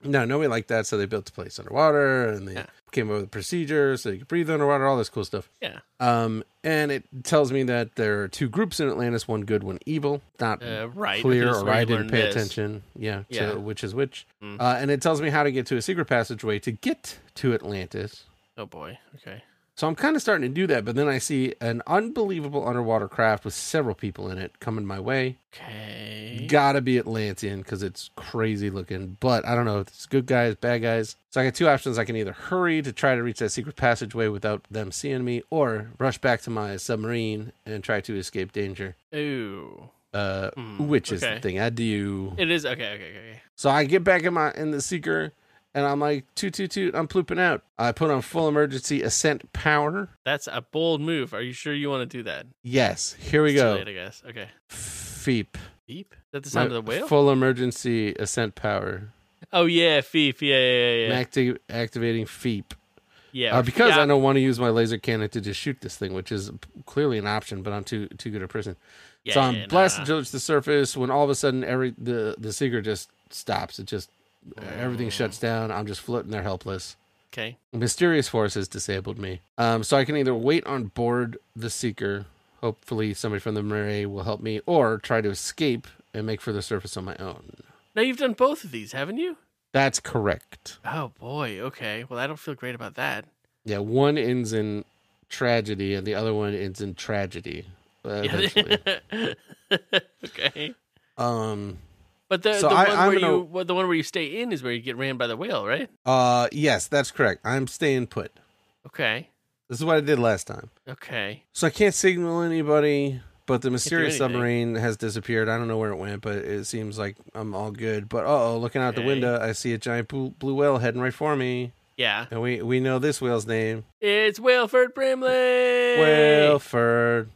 S3: no, nobody liked that. So they built the place underwater and they
S2: Yeah.
S3: came up with a procedure so you could breathe underwater, all this cool stuff.
S2: Yeah.
S3: Um, and it tells me that there are two groups in Atlantis one good, one evil. Not
S2: Uh, right. I think
S3: clear
S2: that's
S3: or
S2: where you
S3: I didn't
S2: learned
S3: pay
S2: this.
S3: attention. Yeah, to
S2: Yeah.
S3: which is which.
S2: Mm.
S3: Uh, and it tells me how to get to a secret passageway to get to Atlantis.
S2: Oh boy. Okay.
S3: So I'm kind of starting to do that, but then I see an unbelievable underwater craft with several people in it coming my way.
S2: Okay.
S3: Gotta be Atlantean because it's crazy looking. But I don't know if it's good guys, bad guys. So I got two options. I can either hurry to try to reach that secret passageway without them seeing me, or rush back to my submarine and try to escape danger.
S2: Ooh.
S3: Uh,
S2: Hmm,
S3: which is
S2: okay.
S3: the thing I do.
S2: It is okay. Okay. Okay.
S3: So I get back in my in the seeker, and I'm like toot toot toot. I'm plooping out. I put on full emergency ascent power.
S2: That's a bold move. Are you sure you want to do that?
S3: Yes, here we
S2: It's too
S3: go.
S2: late, I guess. Okay.
S3: Feep.
S2: Beep. Is that the sound
S3: My
S2: of the whale?
S3: Full emergency ascent power.
S2: oh yeah, Feep. Yeah, yeah, yeah, yeah.
S3: Acti- activating feep.
S2: yeah.
S3: Uh, because
S2: yeah.
S3: I don't want to use my laser cannon to just shoot this thing, which is clearly an option, but I'm too too good a person.
S2: Yeah,
S3: so I'm
S2: yeah, nah,
S3: blasted
S2: nah.
S3: towards the surface when all of a sudden every the the seeker just stops. It just uh, everything
S2: Mm.
S3: shuts down. I'm just floating there helpless.
S2: Okay.
S3: Mysterious force has disabled me. Um, so I can either wait on board the seeker, hopefully somebody from the Marais will help me, or try to escape and make for the surface on my own.
S2: Now you've done both of these, haven't you?
S3: That's correct.
S2: Oh boy. Okay. Well, I don't feel great about that. [LAUGHS]
S3: Yeah, one ends in tragedy and the other one ends
S2: [LAUGHS]
S3: in tragedy. Uh, eventually.
S2: okay.
S3: Um,
S2: But the,
S3: So
S2: the
S3: I-
S2: one
S3: I'm
S2: where
S3: gonna-
S2: you well, the one where you stay in is where you get ran by the whale, right?
S3: Uh, yes, that's correct. I'm staying put.
S2: Okay.
S3: This is what I did last time.
S2: Okay.
S3: So I can't signal anybody, but the mysterious
S2: anything.
S3: submarine has disappeared. I don't know where it went, but it seems like I'm all good. But uh oh, looking out
S2: Okay.
S3: the window, I see a giant blue, blue whale heading right for me.
S2: Yeah.
S3: And we, we know this whale's name
S2: It's Wilford Brimley. [LAUGHS]
S3: Whaleford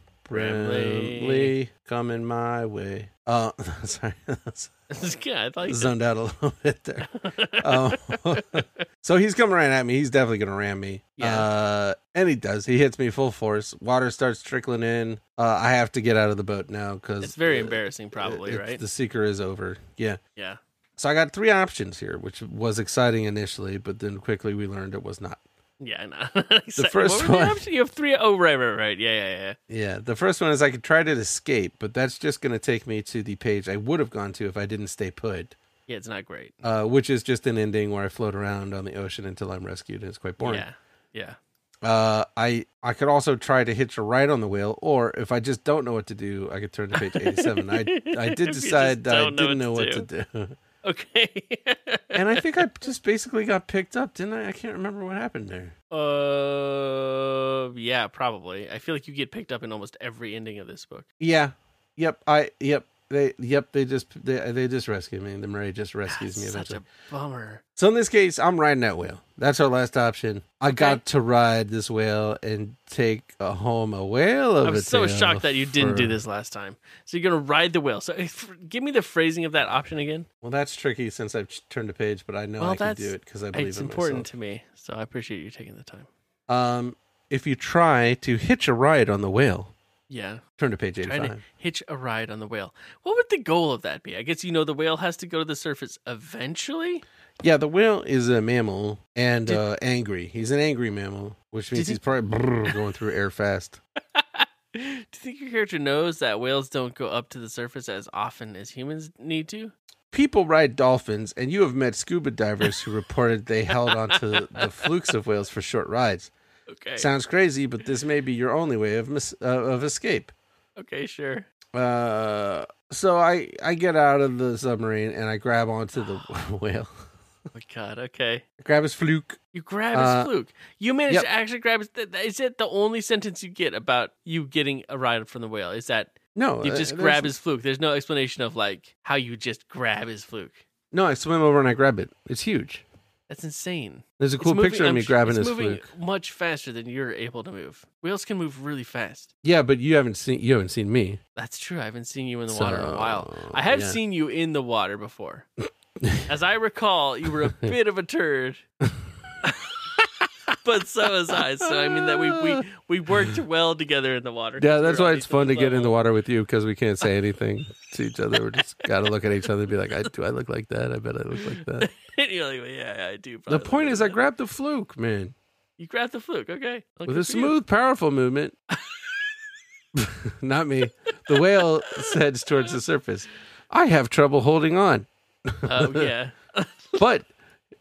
S2: Brimley.
S3: Brimley, coming my way. Uh, [LAUGHS] sorry, I
S2: yeah, I thought you said-
S3: [LAUGHS] zoned out a little bit there. Um, [LAUGHS] so he's coming right at me. He's definitely going to ram me.
S2: Yeah.
S3: Uh, and he does. He hits me full force. Water starts trickling in. Uh, I have to get out of the boat now because
S2: it's very embarrassing, probably, right?
S3: uh, The seeker is over. Yeah.
S2: yeah.
S3: So I got three options here, which was exciting initially, but then quickly we learned it was not.
S2: Yeah, I know. [LAUGHS] Except-
S3: first
S2: what were the
S3: one-
S2: options? You have three oh right, right, right. Yeah, yeah, yeah.
S3: Yeah. The first one is I could try to escape, but that's just going to take me to the page I would have gone to if I didn't stay put.
S2: Yeah, it's not great.
S3: Uh, which is just an ending where I float around on the ocean until I'm rescued, and it's quite boring.
S2: Yeah. Yeah.
S3: Uh, I I could also try to hitch a ride on the wheel, or if I just don't know what to do, I could turn to page eighty-seven. I I
S2: [LAUGHS] If you
S3: did
S2: just
S3: decide that I
S2: don't know
S3: didn't know
S2: what
S3: what
S2: to
S3: to do, [LAUGHS]
S2: Okay. [LAUGHS]
S3: and I think I just basically got picked up, didn't I? I can't remember what happened there.
S2: uh yeah, probably. I feel like you get picked up in almost every ending of this book.
S3: Yeah, yep, I yep they yep they just they they just rescued me. The Murray just rescues me
S2: That's Ah, such
S3: eventually.
S2: a bummer.
S3: So in this case, I'm riding that whale. That's our last option. I got to ride this whale and take uh home a whale of
S2: I'm
S3: a
S2: so
S3: tail
S2: shocked that you didn't do
S3: for-
S2: this last time. So you're gonna ride the whale. So if, give me the phrasing of that option again.
S3: Well, that's tricky since I've ch- turned a page, but I know
S2: Well,
S3: I can
S2: that's-
S3: do it because I believe
S2: It's
S3: in
S2: important
S3: myself.
S2: to me, so I appreciate you taking the time.
S3: Um, if you try to hitch a ride on the whale,
S2: Yeah,
S3: turn to page
S2: trying to
S3: eighty-five.
S2: hitch a ride on the whale. What would the goal of that be? I guess you know the whale has to go to the surface eventually. [LAUGHS]
S3: Yeah, the whale is a mammal and uh, angry. He's an angry mammal, which means
S2: Did he-
S3: he's probably brrr, going through air fast.
S2: Do you think your character knows that whales don't go up to the surface as often as humans need to?
S3: People ride dolphins, and you have met scuba divers who reported they held onto the flukes of whales for short rides.
S2: Okay.
S3: Sounds crazy, but this may be your only way of mis- uh, of escape.
S2: okay, sure.
S3: Uh, so I I get out of the submarine and I grab
S2: [GASPS]
S3: onto the [LAUGHS] whale.
S2: Oh my god. Okay.
S3: I grab his fluke.
S2: You grab
S3: Uh,
S2: his fluke. You managed
S3: yep.
S2: to actually grab his. Th- th- is it the only sentence you get about you getting a ride from the whale? Is that
S3: No,
S2: you
S3: uh,
S2: just
S3: there's-
S2: grab his fluke? There's no explanation of like how you just grab his fluke.
S3: No, I swim over and I grab it. It's huge.
S2: That's insane.
S3: There's a
S2: It's
S3: cool
S2: moving-
S3: picture of
S2: I'm
S3: me
S2: sh-
S3: grabbing
S2: it's
S3: his
S2: moving
S3: fluke.
S2: much faster than you're able to move. Whales can move really fast.
S3: Yeah, but you haven't seen you haven't seen me.
S2: That's true. I haven't seen you in the water in a while.
S3: So,
S2: I have
S3: yeah.
S2: seen you in the water
S3: [LAUGHS]
S2: before. As I recall, you were a bit of a turd. [LAUGHS] but so was I. So I mean that we we, we worked well together in the water.
S3: Yeah, that's why it's fun to get
S2: [LAUGHS]
S3: in the water with you because we can't say anything to each other. We just got to look at each other and be like, I, "Do I look like that? I bet I look like
S2: [LAUGHS]
S3: that."
S2: water. yeah, yeah, I do.
S3: The
S2: probably
S3: point
S2: do
S3: is, I
S2: that.
S3: grabbed the fluke, man,
S2: you grabbed the fluke. Okay, Well,
S3: with
S2: good
S3: a
S2: for you.
S3: smooth, powerful movement. [LAUGHS] Not me. The whale heads towards the surface. I have trouble holding on.
S2: Oh
S3: [LAUGHS]
S2: yeah,
S3: but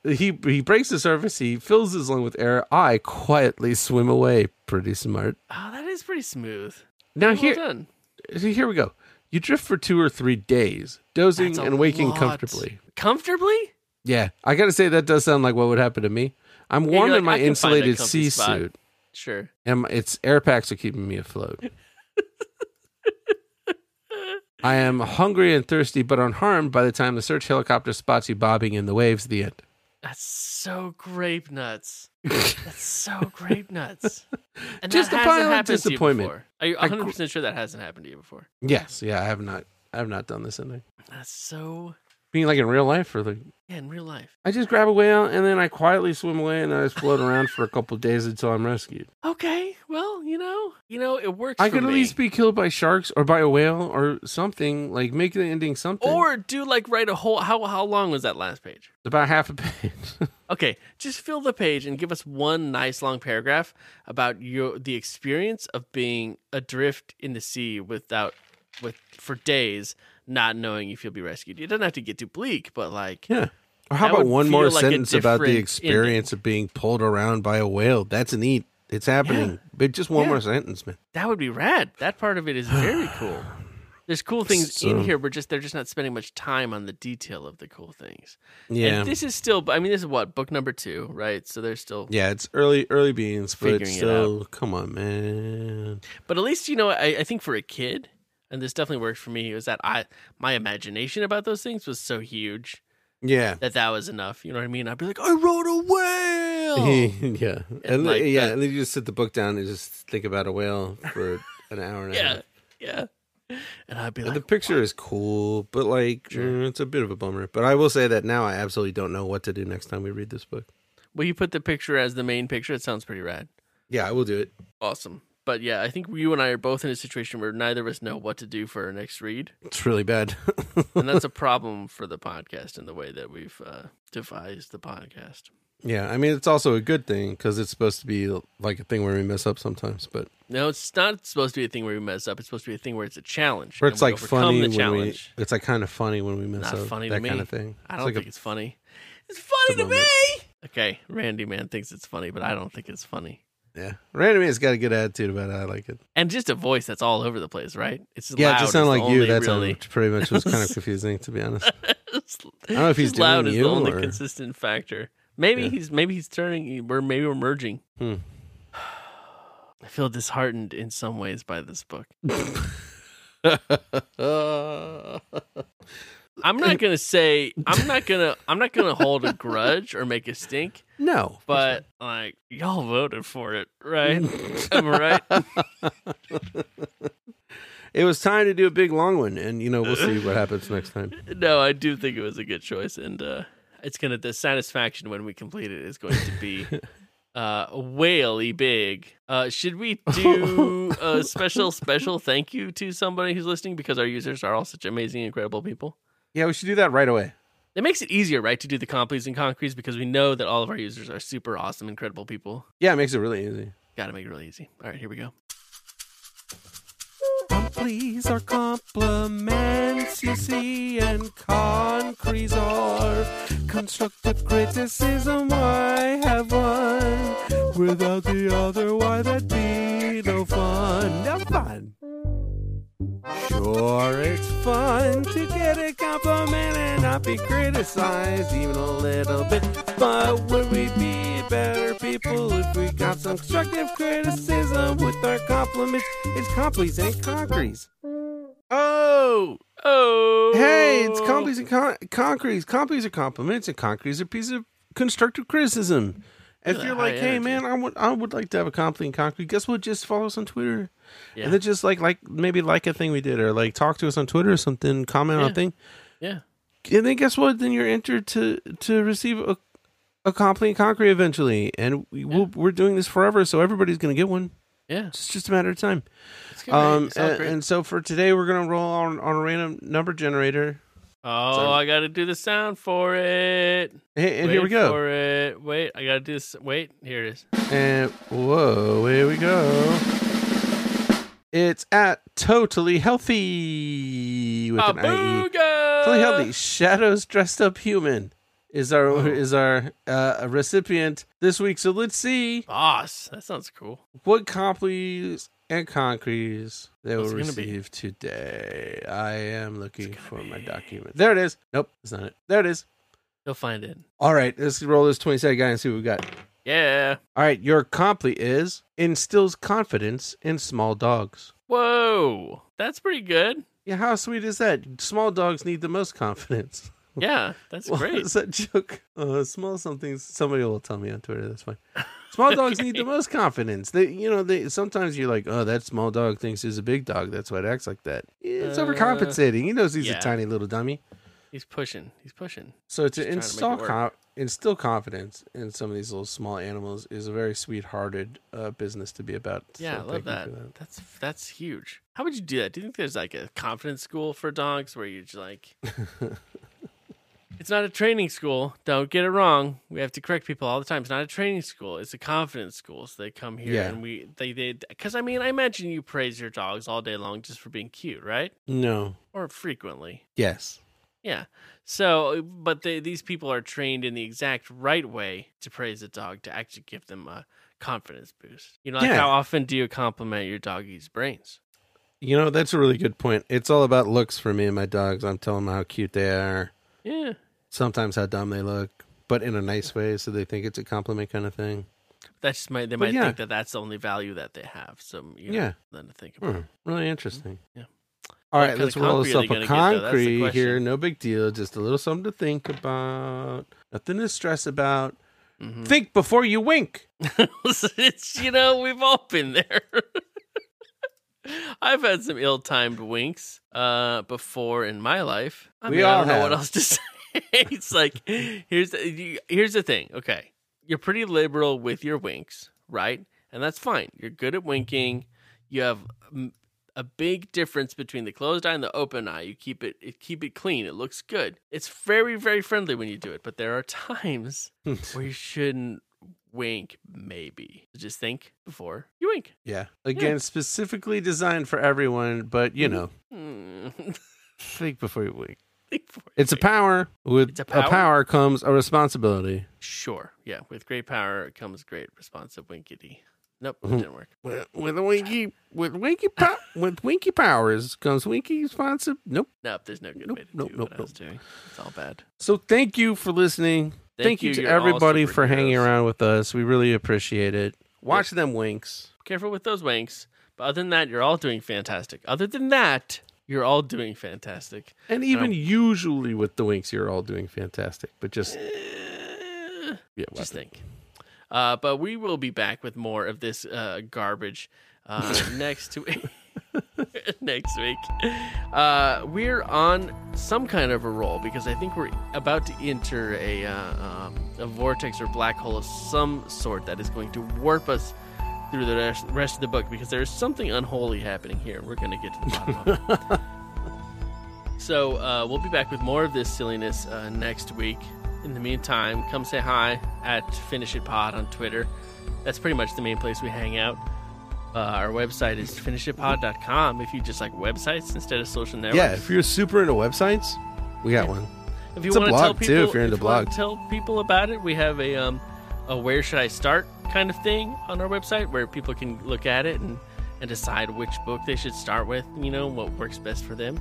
S3: he he breaks the surface. He fills his lung with air. I quietly swim away. Pretty smart.
S2: oh that is pretty smooth.
S3: Now
S2: Well
S3: here
S2: done.
S3: here we go. You drift for two or three days, dozing
S2: That's a
S3: and waking
S2: lot.
S3: comfortably.
S2: Comfortably?
S3: Yeah, I gotta say that does sound like what would happen to me. I'm
S2: you're
S3: warm
S2: like,
S3: in my
S2: I can find a
S3: insulated
S2: comfy
S3: sea
S2: spot.
S3: suit,
S2: Sure.
S3: and my, its air packs are keeping me afloat.
S2: [LAUGHS]
S3: I am hungry and thirsty, but unharmed by the time the search helicopter spots you bobbing in the waves. The end.
S2: That's so grape
S3: [LAUGHS]
S2: nuts. That's so grape nuts. And
S3: Just
S2: that
S3: a
S2: hasn't
S3: pile of
S2: happened to you
S3: disappointment.
S2: before. Are you
S3: I gr-
S2: 100 percent sure that hasn't happened to you before?
S3: Yes, yeah, I have not, I have not done this in there.
S2: That's so
S3: Being like in real life, or like
S2: yeah in real life.
S3: I just grab a whale and then I quietly swim away and I just float around for a couple of days until I'm rescued.
S2: Okay, well you know you know it works.
S3: I
S2: for
S3: could at
S2: me.
S3: least be killed by sharks or by a whale or something. Like make the ending something.
S2: or do like write a whole. How how long was that last page?
S3: about half a page. [LAUGHS]
S2: Okay, just fill the page and give us one nice long paragraph about your the experience of being adrift in the sea without with for days, not knowing if you'll be rescued. It doesn't have to get too bleak, but like
S3: yeah. Or how
S2: That
S3: about
S2: would
S3: one more
S2: feel like a
S3: sentence about the
S2: different
S3: experience of being pulled around by a whale? That's neat. It's happening. But just one
S2: Yeah.
S3: more sentence, man. [SIGHS]
S2: that would be rad. That part of it is very cool. There's cool things
S3: So-
S2: in here, but just they're just not spending much time on the detail of the cool things.
S3: Yeah.
S2: And this is still, I mean, this is what book number two, right? So they're still
S3: yeah, it's early early beans, but it's
S2: Figuring it out.
S3: still come on, man.
S2: But at least you know, I, I think for a kid, and this definitely worked for me, was that I my imagination about those things was so huge
S3: Yeah.
S2: that that was enough. You know what I mean? I'd be like, I rode a whale.
S3: [LAUGHS] [LAUGHS] yeah, and,
S2: And like
S3: yeah,
S2: that-
S3: and then you just sit the book down and just think about a whale for an hour and a
S2: yeah,
S3: half.
S2: yeah. And I'd be
S3: And
S2: like,
S3: the picture is cool, but like mm, it's a bit of a bummer. But I will say that now I absolutely don't know what to do next time we read this book.
S2: Will you put the picture as the main picture? It sounds pretty rad.
S3: Yeah, I will do it.
S2: Awesome. But yeah, I think you and I are both in a situation where neither of us know what to do for our next read,
S3: It's really bad. [LAUGHS]
S2: and that's a problem for the podcast in the way that we've uh, devised the podcast.
S3: yeah, I mean it's also a good thing because it's supposed to be like a thing where we mess up sometimes, but
S2: No, it's not supposed to be a thing where we mess up. It's supposed to be a thing where it's a challenge.
S3: or
S2: and
S3: it's
S2: we
S3: like
S2: overcome
S3: funny
S2: the
S3: when
S2: challenge.
S3: we. It's like kind of funny when we mess
S2: Not
S3: up.
S2: funny to
S3: that kind
S2: me.
S3: of thing.
S2: I
S3: It's
S2: don't
S3: like a-
S2: think it's funny. It's funny to
S3: the moment.
S2: me. Okay, Randy man thinks it's funny, but I don't think it's funny.
S3: yeah, Randy has got a good attitude about it. I like it.
S2: And just a voice that's all over the place, right? It's
S3: Yeah,
S2: loud
S3: it just
S2: is
S3: sounded
S2: the
S3: like you.
S2: only
S3: That's
S2: really.
S3: pretty much
S2: [LAUGHS]
S3: was kind of confusing to be honest.
S2: It's-
S3: I don't know if he's
S2: just [LAUGHS] loud
S3: doing
S2: is
S3: you
S2: the only
S3: or-
S2: consistent factor. Maybe
S3: Yeah.
S2: he's maybe he's turning. We're maybe we're merging.
S3: Hmm.
S2: I feel disheartened in some ways by this
S3: [LAUGHS]
S2: book. I'm not gonna say I'm not gonna I'm not gonna hold a grudge or make a
S3: [LAUGHS]
S2: stink,
S3: no,
S2: but like y'all voted for it, right? Am I right?
S3: it was time to do a big long one, and you know we'll see
S2: [LAUGHS]
S3: what happens next time.
S2: No, I do think it was a good choice, and uh, it's gonna the satisfaction when we complete it is going to be uh, whaley big. Uh, should we do a special special thank you to somebody who's listening because our users are all such amazing, incredible people.
S3: Yeah, we should do that right away.
S2: It makes it easier, right, to do the completes and concretes because we know that all of our users are super awesome, incredible people.
S3: Yeah, it makes it really easy.
S2: Got to make it really easy. All right, here we go.
S3: Please are compliments, you see, and concretes are constructive criticism. I have one. Without the other, why that'd be no fun. No fun. Sure, it's fun to get a compliment and not be criticized even a little bit. But would we be better people if we got some constructive criticism with our compliments? It's complies and concretes. Oh!
S2: Oh,
S3: Hey, it's complies and con- concretes. Complies are compliments and concretes are pieces of constructive criticism. If
S2: Look at
S3: you're
S2: that
S3: like,
S2: high
S3: hey
S2: energy.
S3: man, I would I would like to have a compliment and concrete, guess what? Just follow us on Twitter.
S2: Yeah,
S3: And then just like like maybe like a thing we did or like talk to us on Twitter or something, comment on a
S2: Yeah.
S3: thing.
S2: yeah.
S3: And then guess what? Then you're entered to to receive a a complete concrete eventually. And we, we'll, we're doing this forever, so everybody's gonna get one.
S2: yeah.
S3: It's just a matter of time.
S2: It's good, right?
S3: Um
S2: It's all
S3: and,
S2: great.
S3: and so for today we're gonna roll on, on a random number generator.
S2: oh,
S3: sorry.
S2: I got to do the sound for it.
S3: Hey, and
S2: Wait
S3: here we go.
S2: For it. Wait, I got to do this. Wait, here it is.
S3: And whoa, here we go. It's at totally healthy with an IE.
S2: Abuga!
S3: Totally healthy. Shadows dressed up human is our is our uh, recipient this week. So let's see
S2: Boss. That sounds cool.
S3: what complies and concretes they will
S2: What's it gonna be?
S3: receive today. I am looking for my document. There it is. Nope, it's not it. There it is.
S2: You'll find it.
S3: All right, let's roll this twenty second guy and see what we got.
S2: Yeah.
S3: All right, your comply is instills confidence in small dogs.
S2: Whoa. That's pretty good.
S3: Yeah, how sweet is that? Small dogs need the most
S2: [LAUGHS]
S3: confidence.
S2: Yeah,
S3: [LAUGHS]
S2: that's
S3: What
S2: great.
S3: is that joke? Uh, small something. Somebody will tell me on Twitter. That's fine. Small
S2: [LAUGHS]
S3: dogs need the most confidence. They, you know, they sometimes you're like, oh, that small dog thinks he's a big dog. That's why it acts like that. It's
S2: Uh,
S3: overcompensating. He knows he's
S2: yeah.
S3: a tiny little dummy.
S2: He's pushing. He's pushing.
S3: So
S2: Just
S3: to
S2: trying to make
S3: install
S2: it work.
S3: com- instill confidence in some of these little small animals is a very sweet-hearted uh, business to be about.
S2: Yeah,
S3: So
S2: I
S3: thank
S2: love that.
S3: you for
S2: That's that's huge. How would you do that? Do you think there's like a confidence school for dogs where you're just
S3: [LAUGHS]
S2: like It's not a training school. Don't get it wrong. We have to correct people all the time. It's not a training school. It's a confidence school. So they come here
S3: Yeah.
S2: and we they they cuz I mean, I imagine you praise your dogs all day long just for being cute, right?
S3: No.
S2: Or frequently.
S3: Yes.
S2: Yeah. So, uh, but they, these people are trained in the exact right way to praise a dog to actually give them a confidence boost. You know, like
S3: Yeah.
S2: how often do you compliment your doggy's brains?
S3: You know, that's a really good point. It's all about looks for me and my dogs. I'm telling them how cute they are,
S2: Yeah.
S3: sometimes how dumb they look, but in a nice way, so they think it's a compliment kind of thing.
S2: That's just might they
S3: But
S2: might
S3: yeah.
S2: think that that's the only value that they have. So you know,
S3: Yeah.
S2: Then to think about.
S3: Hmm, really interesting.
S2: Yeah.
S3: All
S2: What
S3: right,
S2: kind
S3: let's
S2: of
S3: roll us
S2: concrete are
S3: up
S2: they gonna
S3: a
S2: get, though? That's the
S3: concrete
S2: question.
S3: here. No big deal. Just a little something to think about. Nothing to stress about.
S2: Mhm.
S3: Think before you wink.
S2: [LAUGHS] it's you know we've all been there. I've had some ill-timed winks uh, before in my life. I
S3: We
S2: mean, I
S3: all
S2: don't know what
S3: have.
S2: else to [LAUGHS] say. it's like here's the, you, here's the thing. Okay, you're pretty liberal with your winks, right? And that's fine. You're good at winking. You have mm, a big difference between the closed eye and the open eye. You keep it, it keep it clean. It looks good. It's very very friendly when you do it, but there are [LAUGHS]
S3: [LAUGHS]
S2: times where you shouldn't wink. Maybe just think before you wink.
S3: yeah. Again, specifically designed for everyone, but
S2: Mm-hmm.
S3: you know,
S2: Hmm.
S3: think before you wink.
S2: Think before you
S3: It's a
S2: wink.
S3: power. With
S2: It's a
S3: a power,
S2: power?
S3: comes a responsibility.
S2: Sure. Yeah. With great power comes great responsive winkity. Nope. That
S3: Mhm.
S2: didn't work.
S3: With, with a winky, with winky, po- with winky powers comes winky responsive. Nope.
S2: Nope. There's no good
S3: Nope,
S2: way to
S3: nope,
S2: do
S3: nope,
S2: what I was doing. It's all bad.
S3: So thank you for listening. Thank, you, to
S2: you're all
S3: everybody for hanging
S2: superheroes.
S3: around with us. We really appreciate it. Watch them winks.
S2: Careful with those winks. But other than that, you're all doing fantastic. Other than that, you're all doing fantastic.
S3: And even usually with the winks, you're all doing fantastic. But just
S2: Eh,
S3: yeah,
S2: Just think. Uh, but we will be back with more of this uh, garbage uh, next week. [LAUGHS] next week, uh, we're on some kind of a roll because I think we're about to enter a uh, um, a vortex or black hole of some sort that is going to warp us through the res- rest of the book because there is something unholy happening here. We're going to get to the bottom of it. So uh, we'll be back with more of this silliness uh, next week. In the meantime, come say hi at Finish It Pod on Twitter. That's pretty much the main place we hang out. Uh, our website is finishitpod.com if you just like websites instead of social networks.
S3: yeah. If you're super into websites, we got one.
S2: If you
S3: It's a
S2: want to
S3: blog,
S2: tell
S3: too,
S2: people,
S3: if you're into
S2: you wanna
S3: blogs.
S2: tell people about it. We have a um, a where should I start kind of thing on our website where people can look at it and and decide which book they should start with. You know what works best for them,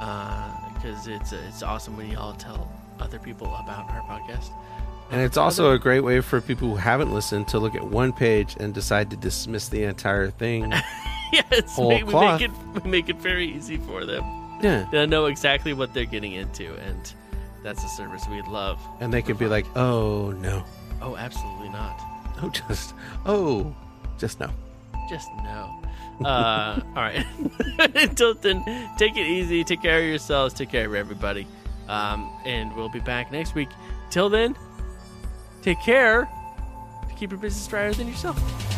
S2: because it's it's awesome when you all tell other people about our podcast. [LAUGHS]
S3: And it's also a great way for people who haven't listened to look at one page and decide to dismiss the entire [LAUGHS] thing.
S2: yes,
S3: Whole
S2: we, we
S3: cloth.
S2: make it we make it very easy for them.
S3: yeah.
S2: They know exactly what they're getting into, and that's a service we love.
S3: And they could be like, oh, no.
S2: Oh, absolutely not.
S3: Oh, just, oh, just no.
S2: just no. Uh, all right. [LAUGHS] Until then, take it easy. Take care of yourselves. Take care of everybody. Um, and we'll be back next week. Till then, take care. Keep your business drier than yourself.